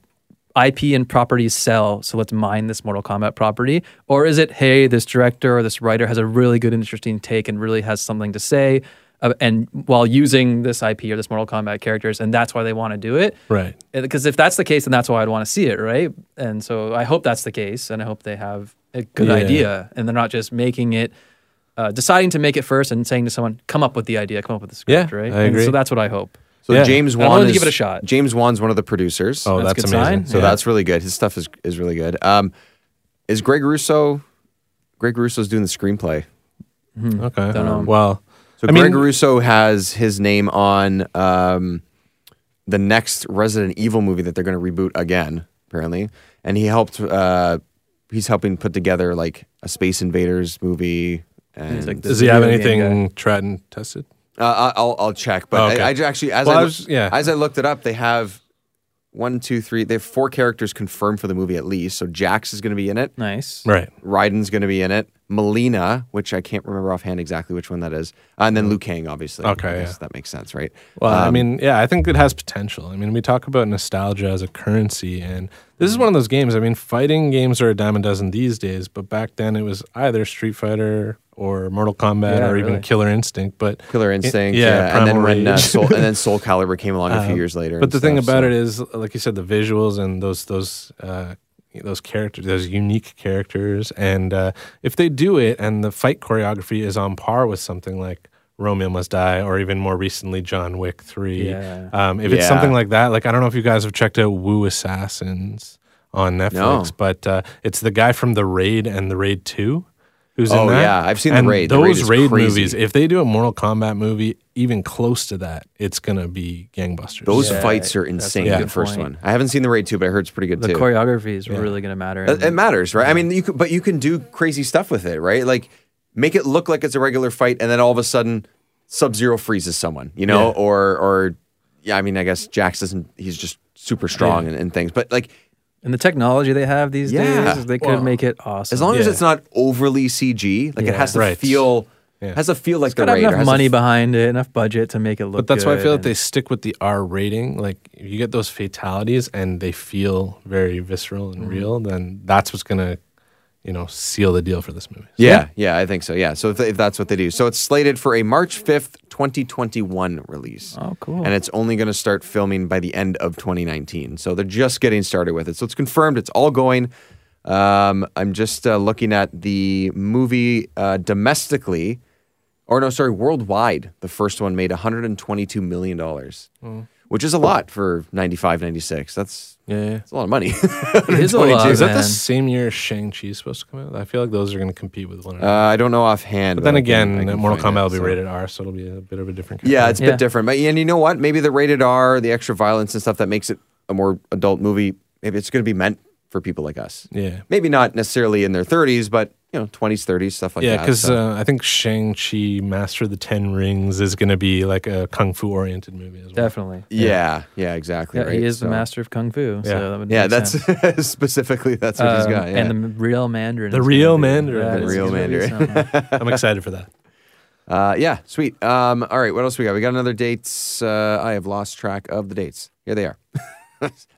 Speaker 3: IP and properties sell, so let's mine this Mortal Kombat property? Or is it, hey, this director or this writer has a really good, interesting take and really has something to say, uh, and while using this IP or this Mortal Kombat characters, and that's why they want to do it?
Speaker 4: Right.
Speaker 3: Because if that's the case, then that's why I'd want to see it, right? And so I hope that's the case, and I hope they have a good
Speaker 4: Yeah.
Speaker 3: idea, and they're not just making it, uh, deciding to make it first and saying to someone, come up with the idea, come up with the script,
Speaker 4: Yeah,
Speaker 3: right?
Speaker 4: I
Speaker 3: And
Speaker 4: agree.
Speaker 3: so that's what I hope.
Speaker 2: so
Speaker 4: Yeah.
Speaker 2: James
Speaker 3: I wanted
Speaker 2: Wan
Speaker 3: to
Speaker 2: is-
Speaker 3: give it a shot.
Speaker 2: James Wan's one of the producers.
Speaker 4: Oh,
Speaker 3: That's
Speaker 4: that's,
Speaker 3: a good sign.
Speaker 4: amazing.
Speaker 2: so that's really good. His stuff is is really good. Um, is Greg Russo? Greg Russo's doing the screenplay.
Speaker 4: okay.
Speaker 3: Mm. Don't know.
Speaker 4: Well,
Speaker 2: So
Speaker 4: I mean-
Speaker 2: Greg Russo has his name on um, the next Resident Evil movie that they're going to reboot again, apparently. And he helped. Uh, he's helping put together like a Space Invaders movie. And
Speaker 3: He's like the
Speaker 4: does he have
Speaker 3: video game guy.
Speaker 4: anything tried and tested?
Speaker 2: Uh, I- I'll I'll check, but
Speaker 4: Oh, okay.
Speaker 2: I, I ju- actually as
Speaker 4: Well,
Speaker 2: I,
Speaker 4: I was- yeah.
Speaker 2: as I looked it up, they have one, two, three. They have four characters confirmed for the movie at least. So Jax is going to be in it.
Speaker 3: Nice.
Speaker 4: Right.
Speaker 2: Ryden's going to be in it. Melina, which I can't remember offhand exactly which one that is, uh, and then Liu Kang, obviously.
Speaker 4: Okay,
Speaker 2: I guess
Speaker 4: yeah.
Speaker 2: that makes sense, right?
Speaker 4: Well, I
Speaker 2: Um,
Speaker 4: mean, yeah, I think it has potential. I mean, we talk about nostalgia as a currency, and this is one of those games. I mean, fighting games are a dime a dozen these days, but back then it was either Street Fighter or Mortal Kombat
Speaker 3: Yeah,
Speaker 4: or even
Speaker 3: really.
Speaker 4: Killer Instinct. But
Speaker 2: Killer Instinct,
Speaker 4: yeah,
Speaker 2: yeah, and then
Speaker 4: Primal
Speaker 2: when uh,
Speaker 4: Rage. Uh-huh.
Speaker 2: Soul, and then Soul Calibur came along a few years later.
Speaker 4: But
Speaker 2: and
Speaker 4: the thing
Speaker 2: stuff,
Speaker 4: about
Speaker 2: so-
Speaker 4: it is, like you said, the visuals and those those uh, those characters, those unique characters, and uh, if they do it, and the fight choreography is on par with something like Romeo Must Die, or even more recently John Wick Three.
Speaker 3: Yeah.
Speaker 4: Um, if it's
Speaker 2: Yeah.
Speaker 4: something like that, like I don't know if you guys have checked out Woo Assassins on Netflix, but uh, it's the guy from The Raid and The Raid Two. Who's
Speaker 2: Oh,
Speaker 4: in that.
Speaker 2: yeah, I've seen The
Speaker 4: And
Speaker 2: Raid. The Raid
Speaker 4: Those
Speaker 2: is
Speaker 4: raid
Speaker 2: crazy.
Speaker 4: movies, if they do a Mortal Kombat movie even close to that, it's gonna be gangbusters.
Speaker 2: those
Speaker 3: Yeah,
Speaker 2: fights are
Speaker 3: that's a
Speaker 2: insane.
Speaker 3: good
Speaker 2: The first
Speaker 3: point.
Speaker 2: one, I haven't seen the raid two, but I heard it's pretty good
Speaker 3: The
Speaker 2: too.
Speaker 3: choreography is really going to matter.
Speaker 2: It, it matters, right? I mean, you could, but you can do crazy stuff with it, right? Like make it look like it's a regular fight, and then all of a sudden, Sub Zero freezes someone, you know,
Speaker 4: Yeah.
Speaker 2: or or yeah, I mean, I guess Jax doesn't. He's just super strong and, and things, but like
Speaker 3: And the technology they have these
Speaker 2: Yeah.
Speaker 3: days, they could
Speaker 4: Well,
Speaker 3: make it awesome.
Speaker 2: as long as
Speaker 4: Yeah.
Speaker 2: it's not overly CG, like it
Speaker 3: Yeah.
Speaker 2: has to
Speaker 4: Right.
Speaker 2: feel.
Speaker 4: Yeah.
Speaker 2: Has to feel like the
Speaker 3: got to have
Speaker 2: raid. or
Speaker 3: enough
Speaker 2: has to
Speaker 3: money
Speaker 2: f-
Speaker 3: behind it, enough budget to make it look.
Speaker 4: But that's why I
Speaker 3: good
Speaker 4: feel
Speaker 3: and-
Speaker 4: that they stick with the R rating. Like if you get those fatalities and they feel very visceral
Speaker 2: Mm-hmm.
Speaker 4: and real, then that's what's gonna, you know, seal the deal for this movie.
Speaker 2: Yeah, yeah, I think so. Yeah, so if, if that's what they do, so it's slated for a March fifth, twenty twenty one release.
Speaker 3: Oh, cool.
Speaker 2: And it's only going to start filming by the end of 2019. So they're just getting started with it. So it's confirmed. It's all going. Um, I'm just uh, looking at the movie uh, domestically, or no, sorry, worldwide. The first one made 122 million dollars, which is a lot for 95, 96. That's
Speaker 4: yeah.
Speaker 2: that's a lot of money.
Speaker 3: it is a lot.
Speaker 4: Uh, Is that
Speaker 3: man.
Speaker 4: the same year Shang Chi is supposed to come out? I feel like those are gonna compete with one
Speaker 2: uh,
Speaker 4: another.
Speaker 2: I don't know offhand.
Speaker 4: but then
Speaker 2: I can-
Speaker 4: again,
Speaker 2: I can
Speaker 4: Mortal
Speaker 2: find
Speaker 4: Kombat
Speaker 2: it,
Speaker 4: will be
Speaker 2: so.
Speaker 4: rated R, so it'll be a bit of a different.
Speaker 2: Yeah, it's a
Speaker 3: Yeah.
Speaker 2: bit different. But and you know what? Maybe the rated R, the extra violence and stuff that makes it a more adult movie. Maybe it's going to be meant for people like us.
Speaker 4: yeah.
Speaker 2: Maybe not necessarily in their 30s, but you know, 20s, 30s, stuff like
Speaker 4: Yeah,
Speaker 2: that.
Speaker 4: because
Speaker 2: so-
Speaker 4: uh, I think Shang Chi, Master of the Ten Rings, is going to be like a kung fu oriented movie as well.
Speaker 3: Definitely.
Speaker 2: yeah, yeah, exactly.
Speaker 3: Yeah,
Speaker 2: right?
Speaker 3: he is
Speaker 2: So-
Speaker 3: the master of kung fu. Yeah, so that would
Speaker 2: Yeah,
Speaker 3: make
Speaker 2: that's
Speaker 3: sense.
Speaker 2: specifically that's what he's
Speaker 3: Um,
Speaker 2: got. Yeah.
Speaker 3: And the real Mandarin.
Speaker 4: The
Speaker 3: is gonna
Speaker 4: real
Speaker 3: be-
Speaker 4: Mandarin.
Speaker 3: that
Speaker 2: The
Speaker 3: is
Speaker 2: real
Speaker 3: gonna be
Speaker 2: Mandarin.
Speaker 3: something.
Speaker 4: I'm excited for that.
Speaker 2: uh, yeah, sweet. Um, all right, what else we got? We got another dates. Uh, I have lost track of the dates. Here they are.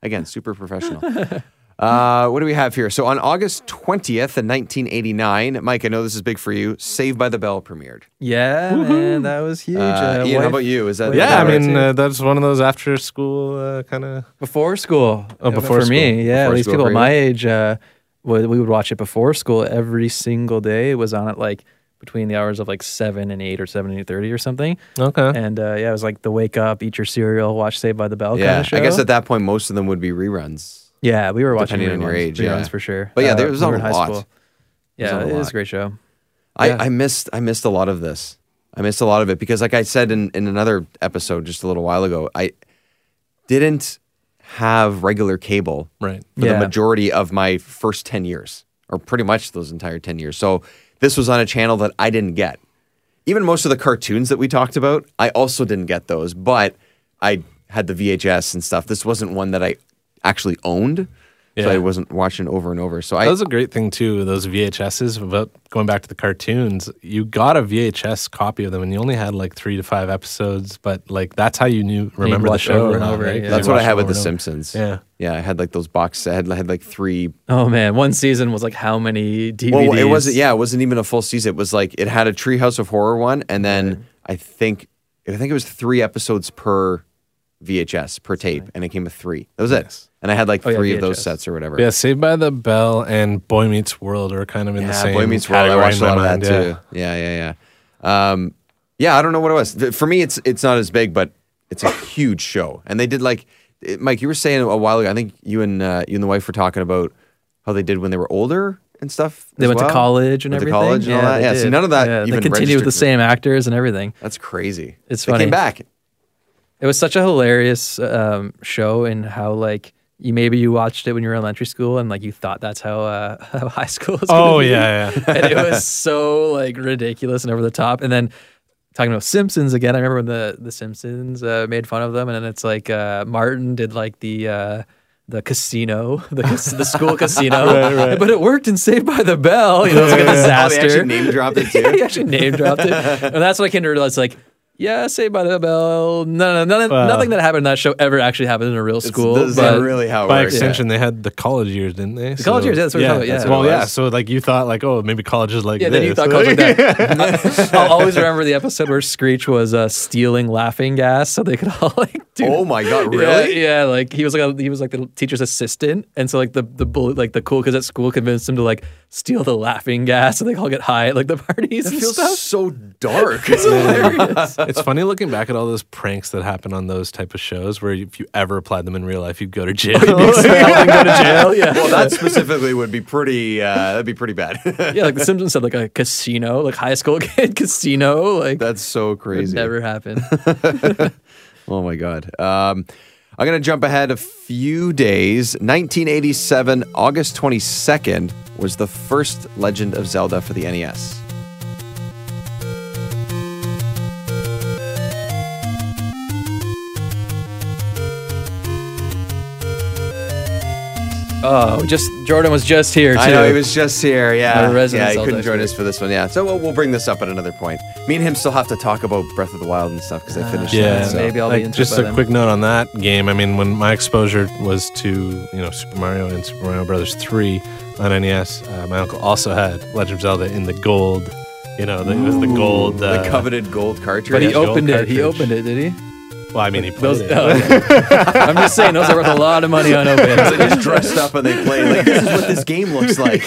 Speaker 2: Again, super professional. Uh, what do we have here? So on August 20th in 1989, Mike, I know this is big for you, Saved by the Bell premiered.
Speaker 3: yeah, man, that was huge.
Speaker 2: Uh,
Speaker 3: Uh,
Speaker 2: Ian, how
Speaker 3: wife-
Speaker 2: about you? Is that
Speaker 3: wife
Speaker 2: is
Speaker 4: Yeah,
Speaker 2: that
Speaker 4: I
Speaker 2: right?
Speaker 4: mean, uh, that's one of those after school uh, kind of.
Speaker 3: before school.
Speaker 4: Oh, before
Speaker 3: for
Speaker 4: school.
Speaker 3: me, yeah.
Speaker 2: Before
Speaker 3: at least
Speaker 2: school
Speaker 3: people
Speaker 2: for you.
Speaker 3: my age, uh, would, we would watch it before school every single day. It was on at like between the hours of like seven and eight or seven and eight thirty or something.
Speaker 4: Okay.
Speaker 3: And uh, yeah, it was like the wake up, eat your cereal, watch Saved by the Bell kind
Speaker 2: yeah,
Speaker 3: of show.
Speaker 2: I guess at that point most of them would be reruns.
Speaker 3: Yeah, we were watching
Speaker 2: Depending on
Speaker 3: reruns,
Speaker 2: your age,
Speaker 3: reruns
Speaker 2: yeah.
Speaker 3: for sure.
Speaker 2: But yeah,
Speaker 3: Uh,
Speaker 2: there was
Speaker 3: we
Speaker 2: on
Speaker 3: were
Speaker 2: a
Speaker 3: in high
Speaker 2: lot.
Speaker 3: School.
Speaker 2: was
Speaker 3: Yeah,
Speaker 2: on a
Speaker 3: it is
Speaker 2: lot.
Speaker 3: a great show.
Speaker 4: Yeah.
Speaker 2: I, I missed I missed a lot of this. I missed a lot of it because, like I said in, in another episode just a little while ago, I didn't have regular cable
Speaker 4: Right.
Speaker 2: for the
Speaker 3: Yeah.
Speaker 2: majority of my first ten years, or pretty much those entire ten years. So this was on a channel that I didn't get. Even most of the cartoons that we talked about, I also didn't get those, but I had the VHS and stuff. This wasn't one that I actually owned, so
Speaker 4: Yeah.
Speaker 2: I wasn't watching over and over. So I
Speaker 4: That was a great thing too. Those VHSs. About going back to the cartoons, you got a VHS copy of them, and you only had like three to five episodes. But like that's how you knew remember the
Speaker 3: watched
Speaker 4: show.
Speaker 3: over
Speaker 4: or
Speaker 3: and
Speaker 4: not,
Speaker 3: over,
Speaker 4: right?
Speaker 3: yeah.
Speaker 2: That's
Speaker 4: You
Speaker 2: what I
Speaker 4: watched
Speaker 2: had
Speaker 4: them
Speaker 2: with The
Speaker 4: over and over.
Speaker 2: Simpsons.
Speaker 4: Yeah.
Speaker 2: Yeah, I had like those box. I had, I had like three.
Speaker 3: Oh man, one season was like how many DVDs?
Speaker 2: Well, it wasn't. Yeah, it wasn't even a full season. It was like it had a Treehouse of Horror one, and then I think I think it was three episodes per VHS per tape, and it came with three. That was it. And I had like
Speaker 3: Oh,
Speaker 2: three
Speaker 3: yeah,
Speaker 2: of those
Speaker 3: VHS.
Speaker 2: sets or whatever.
Speaker 4: Yeah, Saved by the Bell and Boy Meets World are kind of in the
Speaker 2: Yeah,
Speaker 4: same.
Speaker 2: Boy Meets World. I
Speaker 4: category
Speaker 2: watched
Speaker 4: in
Speaker 2: a
Speaker 4: my
Speaker 2: lot of that
Speaker 4: mind, yeah.
Speaker 2: too. Yeah, yeah, yeah. Um, yeah, I don't know what it was. Th- For me, it's it's not as big, but it's a huge show. And they did like it- Mike, you were saying a while ago. I think you and uh, you and the wife were talking about how they did when they were older and stuff.
Speaker 3: They
Speaker 2: as
Speaker 3: went
Speaker 2: well.
Speaker 3: to college and
Speaker 2: Went to
Speaker 3: everything.
Speaker 2: college and all that.
Speaker 3: they
Speaker 2: Yeah, see,
Speaker 3: did.
Speaker 2: none of that
Speaker 3: Yeah,
Speaker 2: even
Speaker 3: they continued with the
Speaker 2: registered.
Speaker 3: same actors and everything.
Speaker 2: That's crazy.
Speaker 3: It's
Speaker 2: they
Speaker 3: funny.
Speaker 2: came back.
Speaker 3: It was such a hilarious um, show, and how like you maybe you watched it when you were in elementary school, and like you thought that's how, uh, how high school. Was gonna
Speaker 4: Oh
Speaker 3: be.
Speaker 4: yeah, yeah.
Speaker 3: and it was so like ridiculous and over the top. And then talking about Simpsons again, I remember when the the Simpsons uh, made fun of them, and then it's like uh, Martin did like the. Uh, the casino, the, cas- the school casino, but it worked in Saved by the Bell. You know, it was like a
Speaker 2: Oh,
Speaker 3: disaster.
Speaker 2: they actually name dropped it too.
Speaker 3: Yeah, he actually name dropped it. And that's when I came to realize, like, yeah, Saved by the Bell. No, no, no,
Speaker 4: Wow.
Speaker 3: nothing that happened in that show ever actually happened in a real
Speaker 2: It's-
Speaker 3: school.
Speaker 2: This is
Speaker 3: but
Speaker 2: really how it
Speaker 4: By
Speaker 2: works.
Speaker 4: extension, they had the college years, didn't they? The
Speaker 3: college years, yeah, that's what we're talking about, yeah.
Speaker 2: That's
Speaker 4: Well,
Speaker 2: what it
Speaker 4: yeah.
Speaker 2: was.
Speaker 4: So like you thought like oh maybe college is like
Speaker 3: yeah,
Speaker 4: this.
Speaker 3: then you thought college like that. I'll always remember the episode where Screech was uh, stealing laughing gas so they could all like do.
Speaker 2: Oh my god, really?
Speaker 3: Yeah, yeah, like he was like a, he was like the teacher's assistant, and so like the the bull, like the cool kids at school convinced him to like steal the laughing gas, and they all get high at like the parties
Speaker 2: It
Speaker 3: and
Speaker 2: feels
Speaker 3: stuff.
Speaker 2: so dark.
Speaker 3: It's hilarious.
Speaker 4: it's funny looking back at all those pranks that happen on those type of shows where if you ever applied them in real life, you'd go to jail.
Speaker 3: Oh, go to jail. Yeah.
Speaker 2: well, that specifically would be pretty. Uh, that'd be pretty bad.
Speaker 3: yeah, like the Simpsons said, like a casino, like high school kid casino, like that
Speaker 2: That's so crazy.
Speaker 3: never happened.
Speaker 2: Oh my God. Um, I'm going to jump ahead a few days. 1987, August 22nd, was the first Legend of Zelda for the E NES.
Speaker 3: oh, just Jordan was just here. Too.
Speaker 2: I know he was just here. Yeah,
Speaker 3: Our resident
Speaker 2: yeah, he
Speaker 3: Zelda
Speaker 2: couldn't join
Speaker 3: expert.
Speaker 2: us for this one. Yeah, so we'll, we'll bring this up at another point. Me and him still have to talk about Breath of the Wild and stuff because I finished.
Speaker 4: yeah,
Speaker 2: that, so.
Speaker 3: maybe I'll be
Speaker 4: like,
Speaker 3: into it
Speaker 4: just
Speaker 3: by
Speaker 4: a
Speaker 3: then.
Speaker 4: quick note on that game. I mean, when my exposure was to you know Super Mario and Super Mario Brothers three on NES, uh, my uncle also had Legend of Zelda in the gold. You know, the, it was the gold. Uh,
Speaker 2: the coveted gold cartridge.
Speaker 3: But he
Speaker 4: Joel
Speaker 3: opened it. He
Speaker 4: cartridge.
Speaker 3: opened it, did he?
Speaker 4: Well, I mean, he played
Speaker 3: Those.
Speaker 4: it.
Speaker 3: Oh, okay. I'm just saying, those are worth a lot of money on
Speaker 2: they
Speaker 3: open.
Speaker 2: just dressed up and they played. Like this is what this game looks like.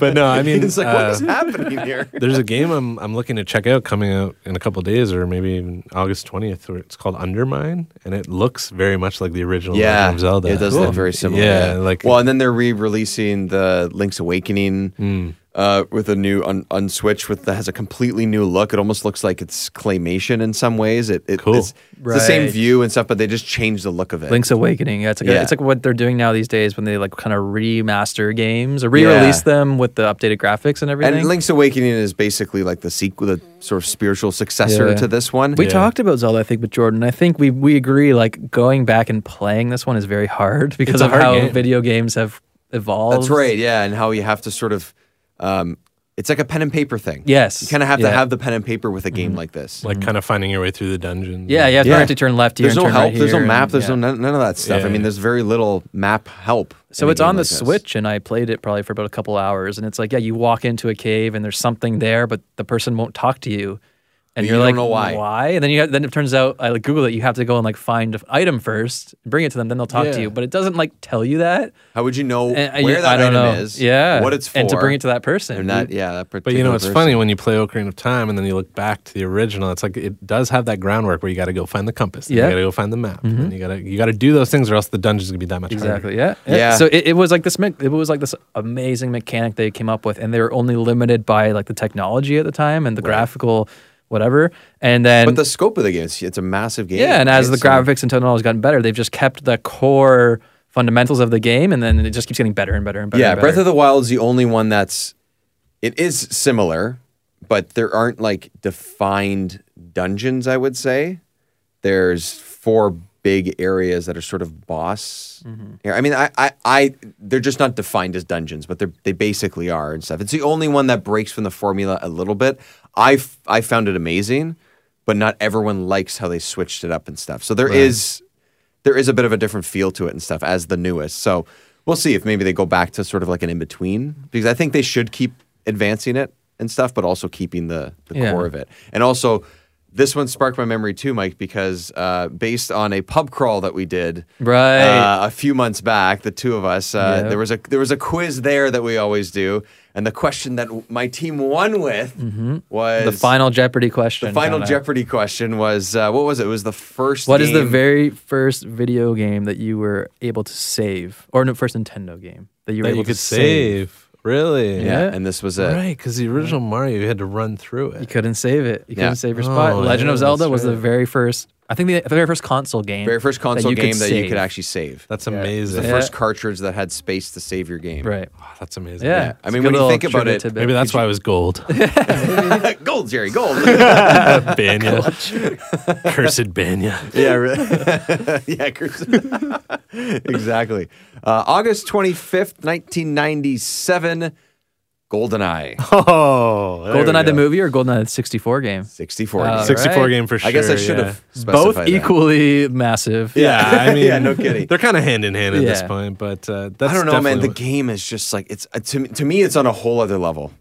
Speaker 4: but no, I mean,
Speaker 2: It's like
Speaker 4: uh,
Speaker 2: what is happening here?
Speaker 4: There's a game I'm I'm looking to check out coming out in a couple days or maybe even August 20th. Where it's called Undermine, and it looks very much like the original Legend of Zelda.
Speaker 2: It does
Speaker 4: Cool.
Speaker 2: look very similar.
Speaker 4: Yeah, like
Speaker 2: well, and then they're re-releasing the Link's Awakening uh, with a new on, on Switch with that has a completely new look. It almost looks like it's claymation in some ways. It, it
Speaker 4: Cool.
Speaker 2: it's, it's the same
Speaker 3: Right.
Speaker 2: view and stuff, but they just changed the look of it.
Speaker 3: Link's Awakening. Yeah, it's like a-
Speaker 2: Yeah.
Speaker 3: it's like what they're doing now these days when they like kind of remaster games or re-release
Speaker 2: Yeah.
Speaker 3: them with the updated graphics and everything.
Speaker 2: and Link's Awakening is basically like the sequel, the sort of spiritual successor
Speaker 3: Yeah.
Speaker 2: to this one.
Speaker 3: We
Speaker 4: Yeah.
Speaker 3: talked about Zelda, I think, with Jordan. I think we we agree like going back and playing this one is very hard because
Speaker 4: a
Speaker 3: of
Speaker 4: hard
Speaker 3: how
Speaker 4: game.
Speaker 3: video games have evolved.
Speaker 2: That's right, yeah, and how you have to sort of, um, it's like a pen and paper thing.
Speaker 3: Yes,
Speaker 2: you kind of have to
Speaker 3: yeah.
Speaker 2: have the pen and paper with a game like this.
Speaker 4: like kind of finding your way through the dungeons.
Speaker 3: Yeah, you have to
Speaker 2: Yeah.
Speaker 3: learn to turn left here.
Speaker 2: There's
Speaker 3: and
Speaker 2: no
Speaker 3: turn
Speaker 2: help.
Speaker 3: right
Speaker 2: there's no
Speaker 3: here
Speaker 2: map.
Speaker 3: and-
Speaker 2: there's
Speaker 3: yeah.
Speaker 2: no none, none of that stuff. I
Speaker 4: Yeah.
Speaker 2: mean, there's very little map help.
Speaker 3: So
Speaker 2: in a
Speaker 3: it's
Speaker 2: game
Speaker 3: on the
Speaker 2: like this.
Speaker 3: Switch, and I played it probably for about a couple hours, and it's like, yeah, you walk into a cave, and there's something there, but the person won't talk to you, and
Speaker 2: You
Speaker 3: you're
Speaker 2: don't
Speaker 3: like,
Speaker 2: know why.
Speaker 3: Why? And then you have, then it turns out I like Google it. You have to go and like find an item first, bring it to them, then they'll talk
Speaker 4: Yeah.
Speaker 3: to you. But it doesn't like tell you that.
Speaker 2: How would you know
Speaker 3: And, uh,
Speaker 2: where
Speaker 3: you-
Speaker 2: that
Speaker 3: I don't
Speaker 2: item
Speaker 3: know.
Speaker 2: is?
Speaker 3: Yeah,
Speaker 2: What it's for?
Speaker 3: and to bring it to that person.
Speaker 2: And that, yeah, that particular.
Speaker 4: But you know, it's
Speaker 2: person.
Speaker 4: funny when you play Ocarina of Time and then you look back to the original. It's like it does have that groundwork where you got to go find the compass, then
Speaker 3: Yeah. Mm-hmm.
Speaker 4: you got to go find the map, and then you got to you got to do those things, or else the dungeon's gonna be that much harder.
Speaker 3: Exactly. Yeah.
Speaker 2: Yeah.
Speaker 3: So it, it was like this. me- It was like this amazing mechanic they came up with, and they were only limited by like the technology at the time and the graphical, whatever. And then,
Speaker 2: But the scope of the game, it's, it's a massive game.
Speaker 3: yeah, and as
Speaker 2: right?
Speaker 3: the
Speaker 2: So-
Speaker 3: graphics and technology has gotten better, they've just kept the core fundamentals of the game, and then it just keeps getting better and better and better.
Speaker 2: Yeah,
Speaker 3: and better.
Speaker 2: Breath of the Wild is the only one that's it is similar, but there aren't like defined dungeons, I would say. There's four big areas that are sort of boss. Yeah, I mean, I, I, I, they're just not defined as dungeons, but they are they basically are and stuff. It's the only one that breaks from the formula a little bit. I, f- I found it amazing, but not everyone likes how they switched it up and stuff. So there is there is a bit of a different feel to it and stuff as the newest. So we'll see if maybe they go back to sort of like an in between because I think they should keep advancing it and stuff, but also keeping the, the
Speaker 3: Yeah.
Speaker 2: core of it. And also, this one sparked my memory too, Mike, because uh, based on a pub crawl that we did
Speaker 3: Right.
Speaker 2: uh, a few months back, the two of us, uh,
Speaker 3: Yep.
Speaker 2: there was a there was a quiz there that we always do, and the question that w- my team won with was
Speaker 3: Mm-hmm. the final Jeopardy question.
Speaker 2: the final
Speaker 3: Jonah.
Speaker 2: Jeopardy question was uh, what was it? It was the first.
Speaker 3: What is the
Speaker 2: game-
Speaker 3: very first video game that you were able to save, or no, first Nintendo game that you were
Speaker 4: That
Speaker 3: able
Speaker 4: you
Speaker 3: to
Speaker 4: could save, really?
Speaker 2: Yeah,
Speaker 3: Yeah.
Speaker 2: and this was it.
Speaker 4: Right, because the original Mario, you had to run through it.
Speaker 3: You couldn't save it. You
Speaker 2: Yeah.
Speaker 3: couldn't save your spot.
Speaker 4: Oh,
Speaker 3: Legend
Speaker 4: yeah,
Speaker 3: of Zelda
Speaker 4: that's
Speaker 3: was the
Speaker 4: right.
Speaker 3: very first. I think the, the very first console game.
Speaker 2: Very first console
Speaker 3: you could
Speaker 2: game that you
Speaker 3: save.
Speaker 2: could actually save.
Speaker 4: That's
Speaker 2: the
Speaker 4: amazing.
Speaker 3: Yeah.
Speaker 2: first cartridge that had space to save your game.
Speaker 3: Right.
Speaker 4: Oh, that's amazing.
Speaker 3: Yeah.
Speaker 2: I mean,
Speaker 3: It's a
Speaker 2: when
Speaker 3: good
Speaker 2: you
Speaker 3: little
Speaker 2: think about
Speaker 3: trivia
Speaker 2: it,
Speaker 3: tidbit.
Speaker 4: Maybe that's why it was gold.
Speaker 2: gold, Jerry, gold.
Speaker 4: Banya. Cursed Banya.
Speaker 2: yeah, really. yeah, Chris. exactly. Uh, August twenty fifth, nineteen ninety seven. GoldenEye,
Speaker 4: Oh. there we
Speaker 3: GoldenEye the
Speaker 4: go.
Speaker 3: movie or GoldenEye the 64 game?
Speaker 2: sixty four.
Speaker 3: Uh, Six-
Speaker 4: 64
Speaker 3: Alright.
Speaker 4: game for sure.
Speaker 2: I guess I should
Speaker 4: yeah.
Speaker 2: have
Speaker 3: Both
Speaker 2: specified that.
Speaker 3: equally massive.
Speaker 4: Yeah, I mean,
Speaker 2: Yeah, no kidding.
Speaker 4: They're kind of hand in hand at this
Speaker 3: Yeah.
Speaker 4: point, but uh, that's
Speaker 2: I don't know, man.
Speaker 4: definitely
Speaker 2: The game is just like it's uh, to me- to me. It's on a whole other level,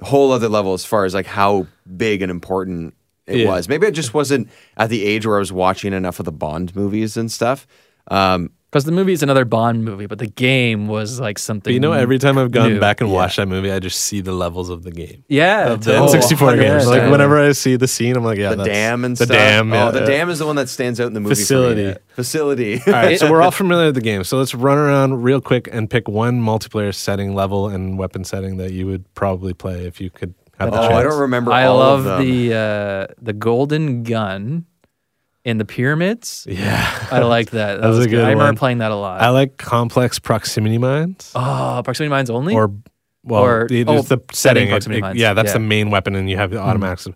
Speaker 2: whole other level as far as like how big and important it
Speaker 4: Yeah.
Speaker 2: was. Maybe I just wasn't at the age where I was watching enough of the Bond movies and stuff. Um,
Speaker 3: Because the movie is another Bond movie, but the game was like something.
Speaker 4: But you know, every time I've gone
Speaker 3: new.
Speaker 4: back and watched that movie, I just see the levels of the game.
Speaker 3: Yeah.
Speaker 4: Of the
Speaker 3: totally.
Speaker 4: N64 games.
Speaker 3: 100%.
Speaker 4: Like, whenever I see the scene, I'm like, yeah,
Speaker 2: the
Speaker 4: that's
Speaker 2: dam and
Speaker 4: the
Speaker 2: stuff.
Speaker 4: dam. yeah,
Speaker 2: oh, the
Speaker 4: yeah.
Speaker 2: dam is the one that stands out in the movie. for me.
Speaker 4: Facility.
Speaker 2: facility.
Speaker 4: All right, so we're all familiar with the game. So let's run around real quick and pick one multiplayer setting, level, and weapon setting that you would probably play if you could have the
Speaker 2: oh,
Speaker 4: chance.
Speaker 2: I don't remember.
Speaker 3: I
Speaker 2: all
Speaker 3: love
Speaker 2: of them.
Speaker 3: the uh, the golden gun in the pyramids.
Speaker 4: Yeah,
Speaker 3: I liked that. That,
Speaker 4: was a good
Speaker 3: I remember
Speaker 4: one.
Speaker 3: playing that a lot.
Speaker 4: I like complex proximity mines
Speaker 3: oh, proximity mines only.
Speaker 4: or well,
Speaker 3: Or-
Speaker 4: it
Speaker 3: oh,
Speaker 4: is the
Speaker 3: setting
Speaker 4: setting. it-
Speaker 3: proximity
Speaker 4: it-
Speaker 3: mines.
Speaker 4: yeah, that's
Speaker 3: Yeah. Mm-hmm.
Speaker 4: the main weapon, and you have the automatics.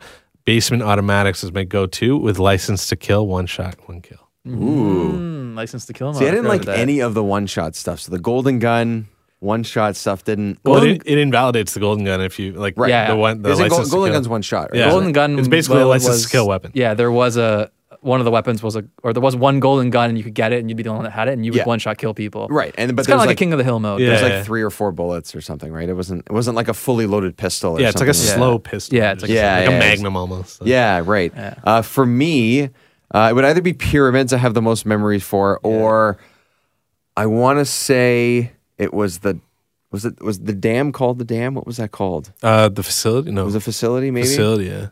Speaker 4: Basement automatics is my go-to with license to kill, one shot, one kill.
Speaker 2: Ooh.
Speaker 3: Mm, license to kill.
Speaker 2: See, I didn't
Speaker 3: modifier,
Speaker 2: like
Speaker 3: that.
Speaker 2: any of the one shot stuff. So the golden gun, one shot stuff didn't.
Speaker 4: Well,
Speaker 3: Golden-
Speaker 4: it, it invalidates the golden gun if you like
Speaker 2: Right.
Speaker 3: Yeah.
Speaker 4: the one the
Speaker 2: Isn't
Speaker 4: license
Speaker 2: Gol-
Speaker 4: to
Speaker 2: golden
Speaker 4: kill.
Speaker 2: gun's one shot. Right?
Speaker 4: Yeah.
Speaker 3: golden gun.
Speaker 4: It's basically a
Speaker 3: well,
Speaker 4: license to
Speaker 3: was-
Speaker 4: kill weapon.
Speaker 3: Yeah, there was a one of the weapons was a or there was one golden gun and you could get it and you'd be the only one that had it and you would
Speaker 2: Yeah.
Speaker 3: one shot kill people.
Speaker 2: Right, and- but
Speaker 3: it's
Speaker 2: there's
Speaker 3: kind of like,
Speaker 2: like-
Speaker 3: a King of the Hill mode.
Speaker 4: Yeah.
Speaker 2: It was like three or four bullets or something, right? It wasn't. It wasn't like a fully loaded pistol. Or
Speaker 4: Yeah, it's like a
Speaker 2: something
Speaker 3: that.
Speaker 4: slow pistol.
Speaker 3: Yeah, it's like a-
Speaker 2: Yeah,
Speaker 4: like
Speaker 2: yeah,
Speaker 4: a
Speaker 2: it's-
Speaker 4: magnum almost.
Speaker 2: Yeah, right. Uh, for me, uh, it would either be pyramids I have the most memories for, or I want to say it was the was it was the dam called the dam? What was that called?
Speaker 4: Uh, the facility? No,
Speaker 2: It was a facility, maybe.
Speaker 4: facility. Yeah,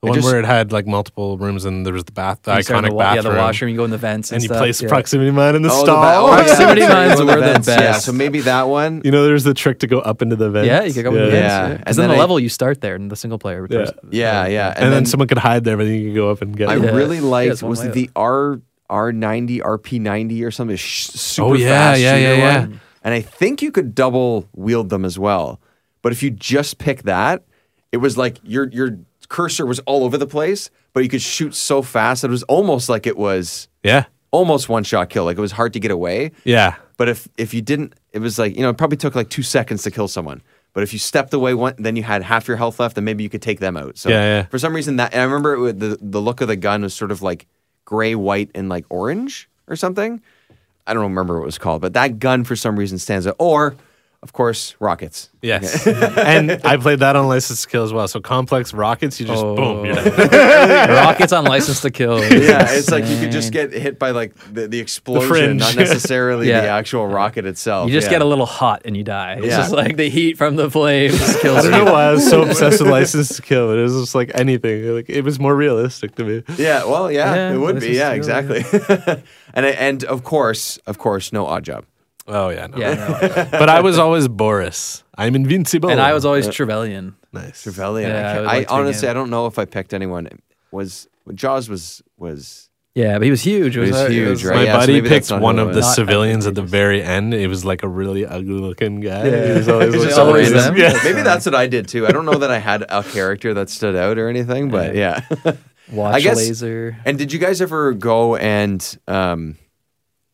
Speaker 4: the one
Speaker 2: just-
Speaker 4: where it had like multiple rooms and there was the bath, the
Speaker 3: You start in
Speaker 4: iconic
Speaker 3: the wa-
Speaker 4: bathroom.
Speaker 3: Yeah, the washroom. You go in the vents and,
Speaker 4: and you
Speaker 3: stuff,
Speaker 4: place the
Speaker 3: yeah.
Speaker 4: proximity mine in the
Speaker 2: Oh, the ba-
Speaker 4: stall.
Speaker 2: oh, yeah,
Speaker 3: Proximity
Speaker 2: sorry,
Speaker 3: mines
Speaker 2: the
Speaker 3: were the
Speaker 2: vents. Yeah,
Speaker 3: best.
Speaker 2: so maybe that one.
Speaker 4: You know, there's the trick to go up into the vents.
Speaker 3: Yeah, you could go in the
Speaker 2: Yeah.
Speaker 3: vents.
Speaker 2: Yeah.
Speaker 3: Yeah,
Speaker 2: And
Speaker 3: because then,
Speaker 2: then
Speaker 3: the
Speaker 2: I-
Speaker 3: level you start there in the single player.
Speaker 4: Yeah.
Speaker 2: Yeah, yeah,
Speaker 4: And, then, someone could hide there, but then you could go up and get.
Speaker 2: I
Speaker 4: it.
Speaker 3: Yeah.
Speaker 2: really
Speaker 3: Yeah,
Speaker 2: liked
Speaker 3: it's one
Speaker 2: was
Speaker 3: way
Speaker 2: it
Speaker 3: up.
Speaker 2: the R R ninety RP ninety or something sh- super
Speaker 3: Oh,
Speaker 4: yeah,
Speaker 2: fast
Speaker 4: yeah,
Speaker 2: shooter
Speaker 4: yeah,
Speaker 2: one. And I think you could double wield them as well. But if you just pick that, it was like your your cursor was all over the place, but you could shoot so fast that it was almost like it was
Speaker 4: Yeah,
Speaker 2: almost one shot kill. Like it was hard to get away.
Speaker 4: yeah.
Speaker 2: But if if you didn't, it was like you know it probably took like two seconds to kill someone. But if you stepped away one, then you had half your health left, and maybe you could take them out. So
Speaker 4: Yeah, yeah.
Speaker 2: for some reason that and I remember it, wa- the the look of the gun was sort of like gray, white, and like orange or something. I don't remember what it was called, but that gun for some reason stands out. Or Of course, rockets.
Speaker 4: Yes. and I played that on License to Kill as well. So complex rockets, you just boom, you're done.
Speaker 3: Rockets on license to kill.
Speaker 2: Yeah, it's like you could just get hit by like the, the explosion,
Speaker 4: fringe.
Speaker 2: not necessarily the
Speaker 3: Yeah.
Speaker 2: actual rocket itself.
Speaker 3: You just
Speaker 2: yeah.
Speaker 3: get a little hot and you die. It's
Speaker 2: Yeah.
Speaker 3: just like the heat from the flames kills
Speaker 4: I don't
Speaker 3: you.
Speaker 4: know why I was so obsessed with License to Kill. but It was just like anything. Like it was more realistic to me.
Speaker 2: Yeah, well, yeah,
Speaker 3: Yeah,
Speaker 2: it would
Speaker 3: this
Speaker 2: be.
Speaker 3: is
Speaker 2: Yeah,
Speaker 3: really-
Speaker 2: exactly. and and of course, of course, no odd job.
Speaker 4: Oh yeah, no.
Speaker 3: Yeah, no, I know.
Speaker 4: but I was always Boris. I'm invincible.
Speaker 3: and I was always Trevelyan.
Speaker 4: nice.
Speaker 2: Trevelyan.
Speaker 3: Yeah,
Speaker 2: I,
Speaker 3: I
Speaker 2: can't-
Speaker 3: would
Speaker 2: I
Speaker 3: like to
Speaker 2: honestly,
Speaker 3: again.
Speaker 2: I don't know if I picked anyone. Was Jaws was was
Speaker 3: Yeah, but he was huge. It
Speaker 2: was
Speaker 3: uh,
Speaker 2: huge,
Speaker 3: was
Speaker 2: right?
Speaker 4: My
Speaker 2: Yeah, so
Speaker 4: buddy
Speaker 2: maybe that's
Speaker 4: picked
Speaker 2: not who
Speaker 4: one
Speaker 2: it
Speaker 4: of the
Speaker 2: was.
Speaker 3: Not
Speaker 4: civilians at the very end. It was like a really ugly looking guy.
Speaker 3: Yeah.
Speaker 4: He was always,
Speaker 3: It's
Speaker 4: like,
Speaker 3: just always them.
Speaker 4: random. Yeah.
Speaker 2: Maybe that's what I did too. I don't know that I had a character that stood out or anything, but yeah.
Speaker 3: Watch
Speaker 2: I guess-
Speaker 3: laser.
Speaker 2: and did you guys ever go and um,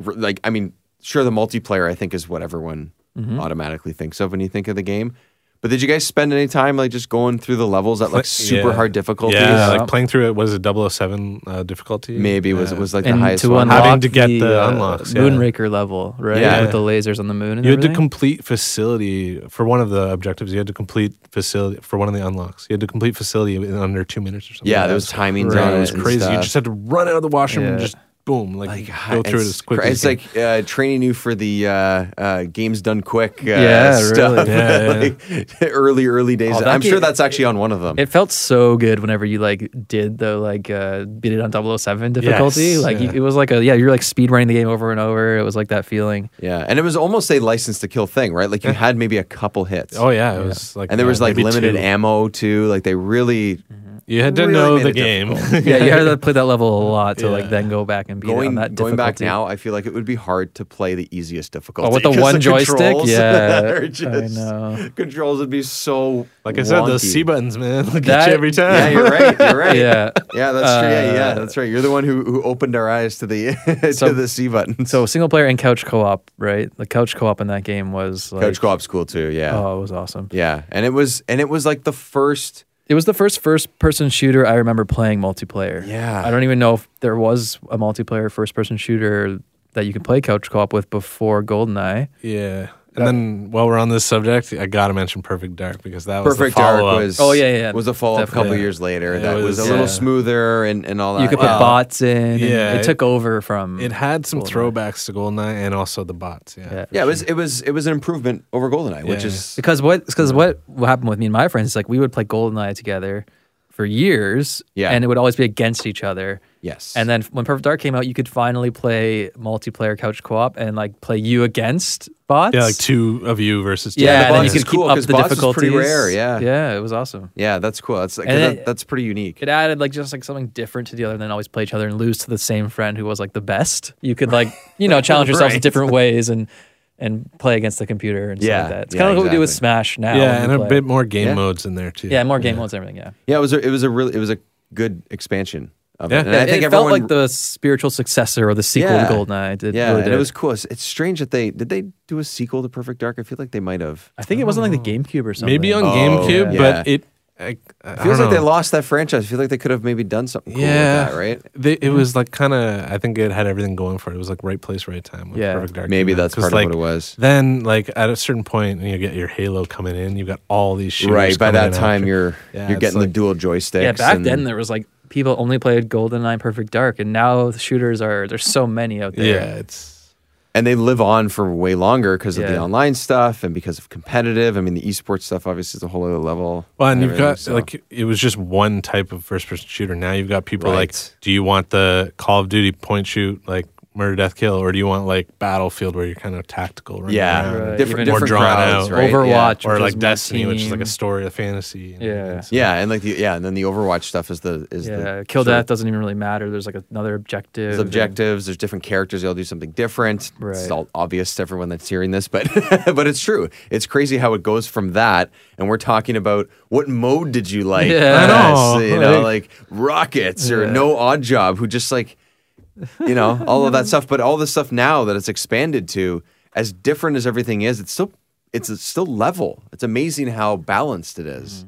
Speaker 2: r- like I mean, sure, the multiplayer I think is what everyone
Speaker 3: Mm-hmm.
Speaker 2: automatically thinks of when you think of the game. But did you guys spend any time like just going through the levels at like super
Speaker 4: Yeah.
Speaker 2: hard difficulties?
Speaker 4: Yeah,
Speaker 3: Yeah.
Speaker 4: like playing through it was a 007 uh, difficulty.
Speaker 2: Maybe was
Speaker 4: Yeah.
Speaker 2: was like the
Speaker 3: And
Speaker 2: highest
Speaker 3: to
Speaker 2: one.
Speaker 3: unlock
Speaker 4: Having to get
Speaker 3: the,
Speaker 4: the
Speaker 3: uh,
Speaker 4: unlocks, yeah.
Speaker 3: Moonraker level, right?
Speaker 2: Yeah.
Speaker 3: With the lasers on the moon. And
Speaker 4: You had to
Speaker 3: everything.
Speaker 4: complete facility for one of the objectives. You had to complete facility for one of the unlocks. You had to complete facility in under two minutes or something.
Speaker 2: yeah, there was timings
Speaker 4: Right,
Speaker 2: on it.
Speaker 4: it was
Speaker 2: and
Speaker 4: crazy. You
Speaker 2: stuff.
Speaker 4: just had to run out of the washroom and
Speaker 3: Yeah.
Speaker 4: just boom, like,
Speaker 2: God,
Speaker 4: go through it
Speaker 2: it's
Speaker 4: as quick.
Speaker 2: cra- It's
Speaker 4: as you
Speaker 2: like uh, training you for the uh, uh, games done quick. Uh,
Speaker 3: Yeah, really.
Speaker 2: stuff.
Speaker 4: Yeah, yeah.
Speaker 2: Like, early, early days.
Speaker 3: Oh, that'd
Speaker 2: I'm
Speaker 3: be-
Speaker 2: sure that's actually on one of them.
Speaker 3: It felt so good whenever you like did the like uh beat it on 007 difficulty.
Speaker 4: Yes,
Speaker 3: like
Speaker 4: yeah.
Speaker 3: it was like a yeah, you're like speed running the game over and over. It was like that feeling.
Speaker 2: yeah, and it was almost a license to kill thing, right? Like you had maybe a couple hits.
Speaker 4: can. Oh yeah, it was like
Speaker 2: And there
Speaker 4: yeah,
Speaker 2: was like
Speaker 4: maybe
Speaker 2: limited
Speaker 4: two.
Speaker 2: ammo too. Like they really
Speaker 3: Mm-hmm.
Speaker 4: You had to
Speaker 2: really
Speaker 4: know
Speaker 2: made
Speaker 4: the
Speaker 2: it
Speaker 4: game.
Speaker 3: Yeah, you had to play that level a lot to like
Speaker 4: Yeah.
Speaker 3: then go back and beat it on
Speaker 2: going
Speaker 3: that
Speaker 2: going back
Speaker 3: difficulty.
Speaker 2: now. I feel like it would be hard to play the easiest difficulty.
Speaker 3: Oh, with the
Speaker 2: 'cause
Speaker 3: one joystick,
Speaker 2: controls
Speaker 3: yeah.
Speaker 2: are
Speaker 3: I
Speaker 2: just-
Speaker 3: know.
Speaker 2: Controls would be so.
Speaker 4: like I said,
Speaker 2: wonky.
Speaker 4: those C buttons, man, look at
Speaker 3: That-
Speaker 4: you every time.
Speaker 2: Yeah, you're right. You're right.
Speaker 3: Yeah.
Speaker 2: Yeah, that's true. Yeah, yeah,
Speaker 3: Uh,
Speaker 2: that's right. You're the one who, who opened our eyes to the to
Speaker 3: So-
Speaker 2: the C button.
Speaker 3: So single player and couch co-op, right? The couch co-op in that game was like
Speaker 2: Coach Co-op's cool too. Yeah,
Speaker 3: Oh, it was awesome.
Speaker 2: yeah, and it was and it was like the first.
Speaker 3: It was the first first person shooter I remember playing multiplayer.
Speaker 2: Yeah.
Speaker 3: I don't even know if there was a multiplayer first person shooter that you could play couch co-op with before GoldenEye.
Speaker 4: Yeah. And then while we're on this subject, I gotta mention Perfect Dark because that was
Speaker 2: Perfect
Speaker 4: the
Speaker 2: Dark
Speaker 4: follow-up.
Speaker 2: was
Speaker 3: Oh, yeah, yeah, yeah.
Speaker 2: was a follow up a couple
Speaker 4: Definitely.
Speaker 2: years later
Speaker 4: It
Speaker 2: that was,
Speaker 4: was-
Speaker 2: a little
Speaker 4: yeah.
Speaker 2: smoother and and all that.
Speaker 3: you could put
Speaker 2: Wow.
Speaker 3: bots in. Yeah,
Speaker 4: Yeah,
Speaker 3: it,
Speaker 4: it-
Speaker 3: took over from.
Speaker 4: It had some throwbacks to Goldeneye and also the bots. Yeah.
Speaker 3: Yeah.
Speaker 2: Yeah, it was it was it was an improvement over Goldeneye, which
Speaker 4: Yeah.
Speaker 2: is
Speaker 3: because what because what happened with me and my friends is like we would play GoldenEye together for years.
Speaker 2: Yeah.
Speaker 3: and it would always be against each other.
Speaker 2: yes.
Speaker 3: And then when Perfect Dark came out, you could finally play multiplayer couch co-op and like play you against bots.
Speaker 4: Yeah, like two of you versus two.
Speaker 3: yeah,
Speaker 2: the
Speaker 3: and then
Speaker 2: bots
Speaker 3: you
Speaker 2: is
Speaker 3: could
Speaker 2: cool,
Speaker 3: keep up
Speaker 2: 'cause
Speaker 3: the
Speaker 2: bots is
Speaker 3: difficulties.
Speaker 2: pretty rare, yeah.
Speaker 3: yeah, it was awesome.
Speaker 2: yeah, that's cool. That's like,
Speaker 3: And
Speaker 2: that,
Speaker 3: it-
Speaker 2: that's pretty unique.
Speaker 3: It added like just like something different to the other, and then always play each other and lose to the same friend who was like the best. You could like you know challenge yourselves in
Speaker 2: Right.
Speaker 3: different ways and and play against the computer and
Speaker 2: Yeah,
Speaker 3: stuff like that. It's
Speaker 2: yeah,
Speaker 3: kind of what we do with
Speaker 2: exactly.
Speaker 3: Smash now.
Speaker 4: Yeah,
Speaker 3: when
Speaker 4: and
Speaker 3: we
Speaker 4: a
Speaker 3: play.
Speaker 4: bit more game
Speaker 2: Yeah.
Speaker 4: modes in there too.
Speaker 3: Yeah, more game modes and everything. Yeah.
Speaker 2: Yeah, it was a, it was a really it was a good expansion of
Speaker 4: Yeah.
Speaker 2: it. And
Speaker 4: Yeah,
Speaker 2: I think
Speaker 3: it
Speaker 2: everyone
Speaker 3: felt like the spiritual successor or the sequel
Speaker 2: Yeah.
Speaker 3: to GoldenEye. It
Speaker 2: yeah,
Speaker 3: really
Speaker 2: and
Speaker 3: did.
Speaker 2: it was cool. It's, it's strange that they did they do a sequel to Perfect Dark. I feel like they might have.
Speaker 3: I think it wasn't like the GameCube or something.
Speaker 4: Maybe on
Speaker 2: Oh,
Speaker 4: GameCube,
Speaker 2: yeah.
Speaker 4: but
Speaker 2: Yeah.
Speaker 4: it I, I don't
Speaker 2: Feels like they
Speaker 4: know.
Speaker 2: lost that franchise. I feel like they could have maybe done something cool
Speaker 4: yeah,
Speaker 2: with that, right?
Speaker 4: They, it was like kind of. I think it had everything going for it. It was like right place, right time. when
Speaker 3: Yeah.
Speaker 4: Perfect Dark
Speaker 2: Maybe
Speaker 4: came out.
Speaker 2: that's
Speaker 4: 'Cause,
Speaker 2: part
Speaker 4: like,
Speaker 2: of what it was.
Speaker 4: Then, like at a certain point, you get your Halo coming in. You got all these shooters.
Speaker 2: Right. By
Speaker 4: coming
Speaker 2: that
Speaker 4: in
Speaker 2: time,
Speaker 4: after.
Speaker 2: you're
Speaker 4: Yeah,
Speaker 2: you're
Speaker 4: it's
Speaker 2: getting the
Speaker 4: like-
Speaker 2: dual joysticks.
Speaker 3: Yeah, back
Speaker 2: and-
Speaker 3: then there was like people only played GoldenEye, Perfect Dark, and now the shooters are there's so many out there.
Speaker 4: yeah, it's
Speaker 2: and they live on for way longer because of the
Speaker 3: Yeah.
Speaker 2: online stuff and because of competitive. I mean, the esports stuff obviously is a whole other level.
Speaker 4: well, and you've
Speaker 2: everything,
Speaker 4: got
Speaker 2: so-
Speaker 4: like it was just one type of first person shooter. Now you've got people
Speaker 2: Right.
Speaker 4: like, do you want the Call of Duty point shoot like murder death kill, or do you want like Battlefield where you're kind of tactical? running
Speaker 2: yeah,
Speaker 4: around and-
Speaker 3: Right.
Speaker 2: different,
Speaker 3: Even-
Speaker 4: More
Speaker 2: different
Speaker 4: drawn
Speaker 2: crowds,
Speaker 4: out.
Speaker 2: right? Yeah.
Speaker 3: Overwatch,
Speaker 4: or
Speaker 3: which
Speaker 4: like
Speaker 3: was my
Speaker 4: Destiny, which is like
Speaker 3: team.
Speaker 4: a story of fantasy. and-
Speaker 3: Yeah.
Speaker 4: and stuff.
Speaker 2: Yeah, and like the, yeah, and then the Overwatch stuff is the is
Speaker 3: Yeah,
Speaker 2: the
Speaker 3: kill
Speaker 2: sort of-
Speaker 3: death doesn't even really matter. There's like another objective.
Speaker 2: There's objectives. There's different characters. They'll do something different. It's
Speaker 3: Right.
Speaker 2: all obvious to everyone that's hearing this, but but it's true. It's crazy how it goes from that, and we're talking about what mode did you like?
Speaker 3: Yeah. I
Speaker 4: know,
Speaker 2: best, you know,
Speaker 4: like-
Speaker 2: like rockets or no odd job, who just like you know all of that stuff. But all the stuff now that it's expanded to, as different as everything is, it's still it's it's still level. It's amazing how balanced it is,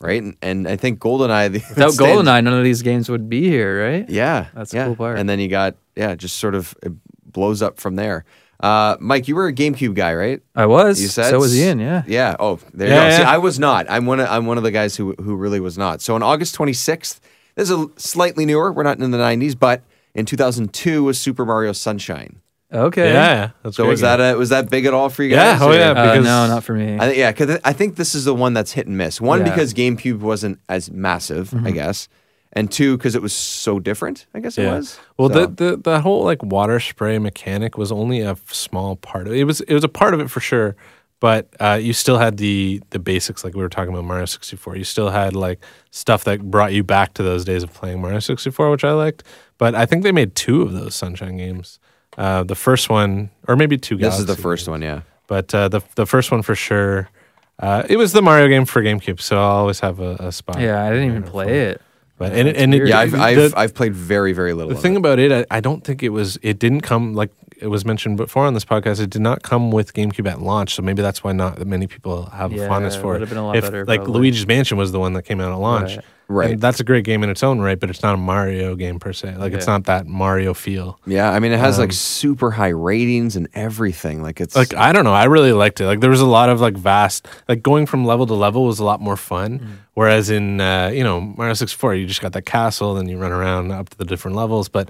Speaker 2: right? And, and I think Goldeneye the
Speaker 3: Mm-hmm. Without
Speaker 2: it stands-
Speaker 3: GoldenEye, none of these games would be here, right?
Speaker 2: yeah,
Speaker 3: That's a
Speaker 2: yeah.
Speaker 3: cool part.
Speaker 2: And then you got yeah, just sort of it blows up from there. Uh, Mike, you were a GameCube guy, right?
Speaker 3: I was.
Speaker 2: You said
Speaker 3: so was Ian. Yeah.
Speaker 2: Yeah. Oh, there you
Speaker 4: Yeah,
Speaker 2: go. See,
Speaker 4: yeah.
Speaker 2: I was not. I'm one. Of, I'm one of the guys who who really was not. So on August 26th, this is a slightly newer. We're not in the 90s, but in 2002 was Super Mario Sunshine.
Speaker 3: Okay.
Speaker 4: Yeah. That's
Speaker 2: So
Speaker 4: great
Speaker 2: was that
Speaker 4: game.
Speaker 2: a, was that big at all for you
Speaker 4: Yeah,
Speaker 2: guys?
Speaker 4: oh
Speaker 2: or-
Speaker 4: yeah.
Speaker 3: Uh,
Speaker 4: Because-
Speaker 3: no, not for me.
Speaker 2: I think yeah, because I think this is the one that's hit and miss. One
Speaker 3: Yeah.
Speaker 2: because GameCube wasn't as massive,
Speaker 4: Mm-hmm.
Speaker 2: I guess, and two because it was so different. I guess it was.
Speaker 4: Well,
Speaker 2: So-
Speaker 4: the, the the whole like water spray mechanic was only a f- small part of it. it. Was it was a part of it for sure, but uh, you still had the the basics like we were talking about Mario sixty four. You still had like stuff that brought you back to those days of playing Mario sixty four, which I liked. But I think they made two of those Sunshine games. Uh, the first one, or maybe two.
Speaker 2: this is the
Speaker 4: Galaxy
Speaker 2: first one. Yeah.
Speaker 4: but uh, the the first one for sure. Uh, it was the Mario game for GameCube, so I'll always have a, a spot.
Speaker 3: yeah, I didn't even play it.
Speaker 4: But and, it- and it,
Speaker 2: Yeah, I've
Speaker 4: the-
Speaker 2: I've, I've played very very little.
Speaker 4: the
Speaker 2: of
Speaker 4: thing
Speaker 2: it.
Speaker 4: about it, I, I don't think it was. It didn't come like it was mentioned before on this podcast. It did not come with GameCube at launch, so maybe that's why not that many people have
Speaker 3: Yeah,
Speaker 4: a fondness
Speaker 3: it
Speaker 4: for it.
Speaker 3: would've been a lot
Speaker 4: if,
Speaker 3: better,
Speaker 4: Like
Speaker 3: probably.
Speaker 4: Luigi's Mansion was the one that came out at launch,
Speaker 3: Right.
Speaker 2: Right.
Speaker 4: And that's a great game in its own right, but it's not a Mario game per se. Like it's
Speaker 3: Yeah.
Speaker 4: not that Mario feel.
Speaker 2: yeah, I mean it has like super high ratings and everything. Like it's
Speaker 4: Um, Like I don't know, I really liked it. Like there was a lot of like vast, like going from level to level was a lot more fun.
Speaker 2: Mm.
Speaker 4: Whereas in uh, you know Mario 64, you just got that castle, then you run around up to the different levels, but.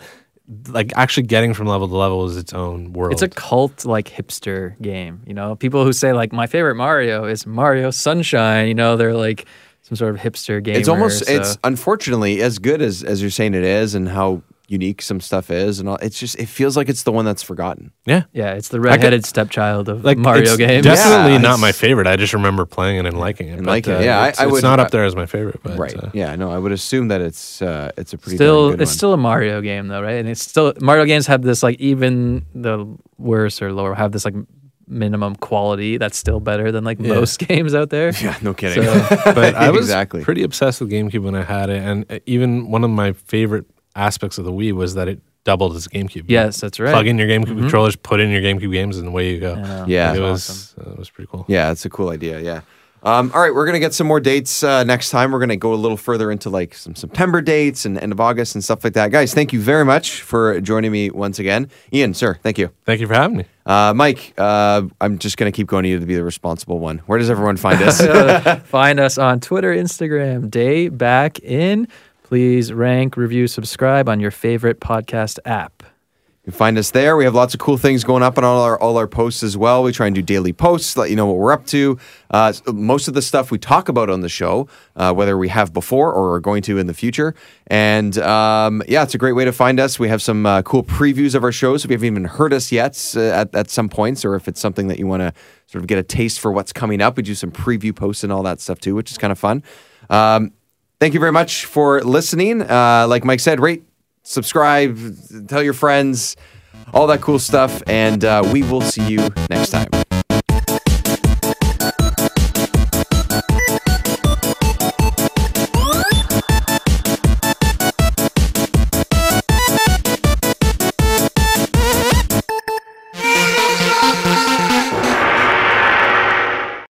Speaker 4: Like actually getting from level to level is its own world.
Speaker 3: It's a cult like hipster game, you know. People who say like my favorite Mario is Mario Sunshine, you know, they're like some sort of hipster game.
Speaker 2: it's almost it's
Speaker 4: uh,
Speaker 2: unfortunately as good as as you're saying it is and how unique some stuff is and all. It's just it feels like it's the one that's forgotten.
Speaker 4: yeah,
Speaker 3: yeah, it's the redheaded stepchild of
Speaker 4: like
Speaker 3: Mario
Speaker 4: it's
Speaker 3: games.
Speaker 4: Definitely
Speaker 2: Yeah,
Speaker 4: not
Speaker 2: it's-
Speaker 4: my favorite. I just remember playing it and liking it. but,
Speaker 2: liking it.
Speaker 4: uh,
Speaker 2: Yeah, I-
Speaker 4: it's,
Speaker 2: I
Speaker 4: it's
Speaker 2: would-
Speaker 4: not up there as my favorite, but
Speaker 2: Right.
Speaker 4: uh,
Speaker 2: yeah. No, I would assume that it's uh it's a pretty
Speaker 3: still
Speaker 2: darn
Speaker 3: it's
Speaker 2: good one.
Speaker 3: still a Mario game though, right? And it's still Mario games have this like even the worse or lower have this like minimum quality that's still better than like most games out there.
Speaker 2: yeah. No kidding.
Speaker 3: So
Speaker 4: but I was
Speaker 2: Exactly.
Speaker 4: pretty obsessed with GameCube when I had it, and uh, even one of my favorite aspects of the Wii was that it doubled as a GameCube.
Speaker 3: yes, that's right.
Speaker 4: Plug in your GameCube controllers, put in your GameCube games, and away you go.
Speaker 3: know.
Speaker 2: Mm-hmm. Yeah.
Speaker 4: Like, it
Speaker 2: That's
Speaker 4: was uh, it was pretty cool.
Speaker 2: Yeah, it's a cool idea. Yeah. Um, all right, we're gonna get some more dates uh, next time. We're gonna go a little further into like some September dates and end of August and stuff like that. Guys, thank you very much for joining me once again, Ian, sir. Thank you,
Speaker 4: Thank you for having me.
Speaker 2: uh, Mike. Uh, I'm just gonna keep going to you to be the responsible one. Where does everyone find us?
Speaker 3: Uh, Find us on Twitter, Instagram, Day Back In. Please rank, review, subscribe on your favorite podcast app.
Speaker 2: You can find us there. We have lots of cool things going up on all our all our posts as well. We try and do daily posts, let you know what we're up to. Uh, s- most of the stuff we talk about on the show, uh, whether we have before or are going to in the future. And um, yeah, it's a great way to find us. We have some uh, cool previews of our shows. If you haven't even heard us yet uh, at, at some points, or if it's something that you want to sort of get a taste for what's coming up, we do some preview posts and all that stuff too, which is kind of fun. Um, thank you very much for listening. Uh, like Mike said, rate subscribe, tell your friends, all that cool stuff. And uh, we will see you next time.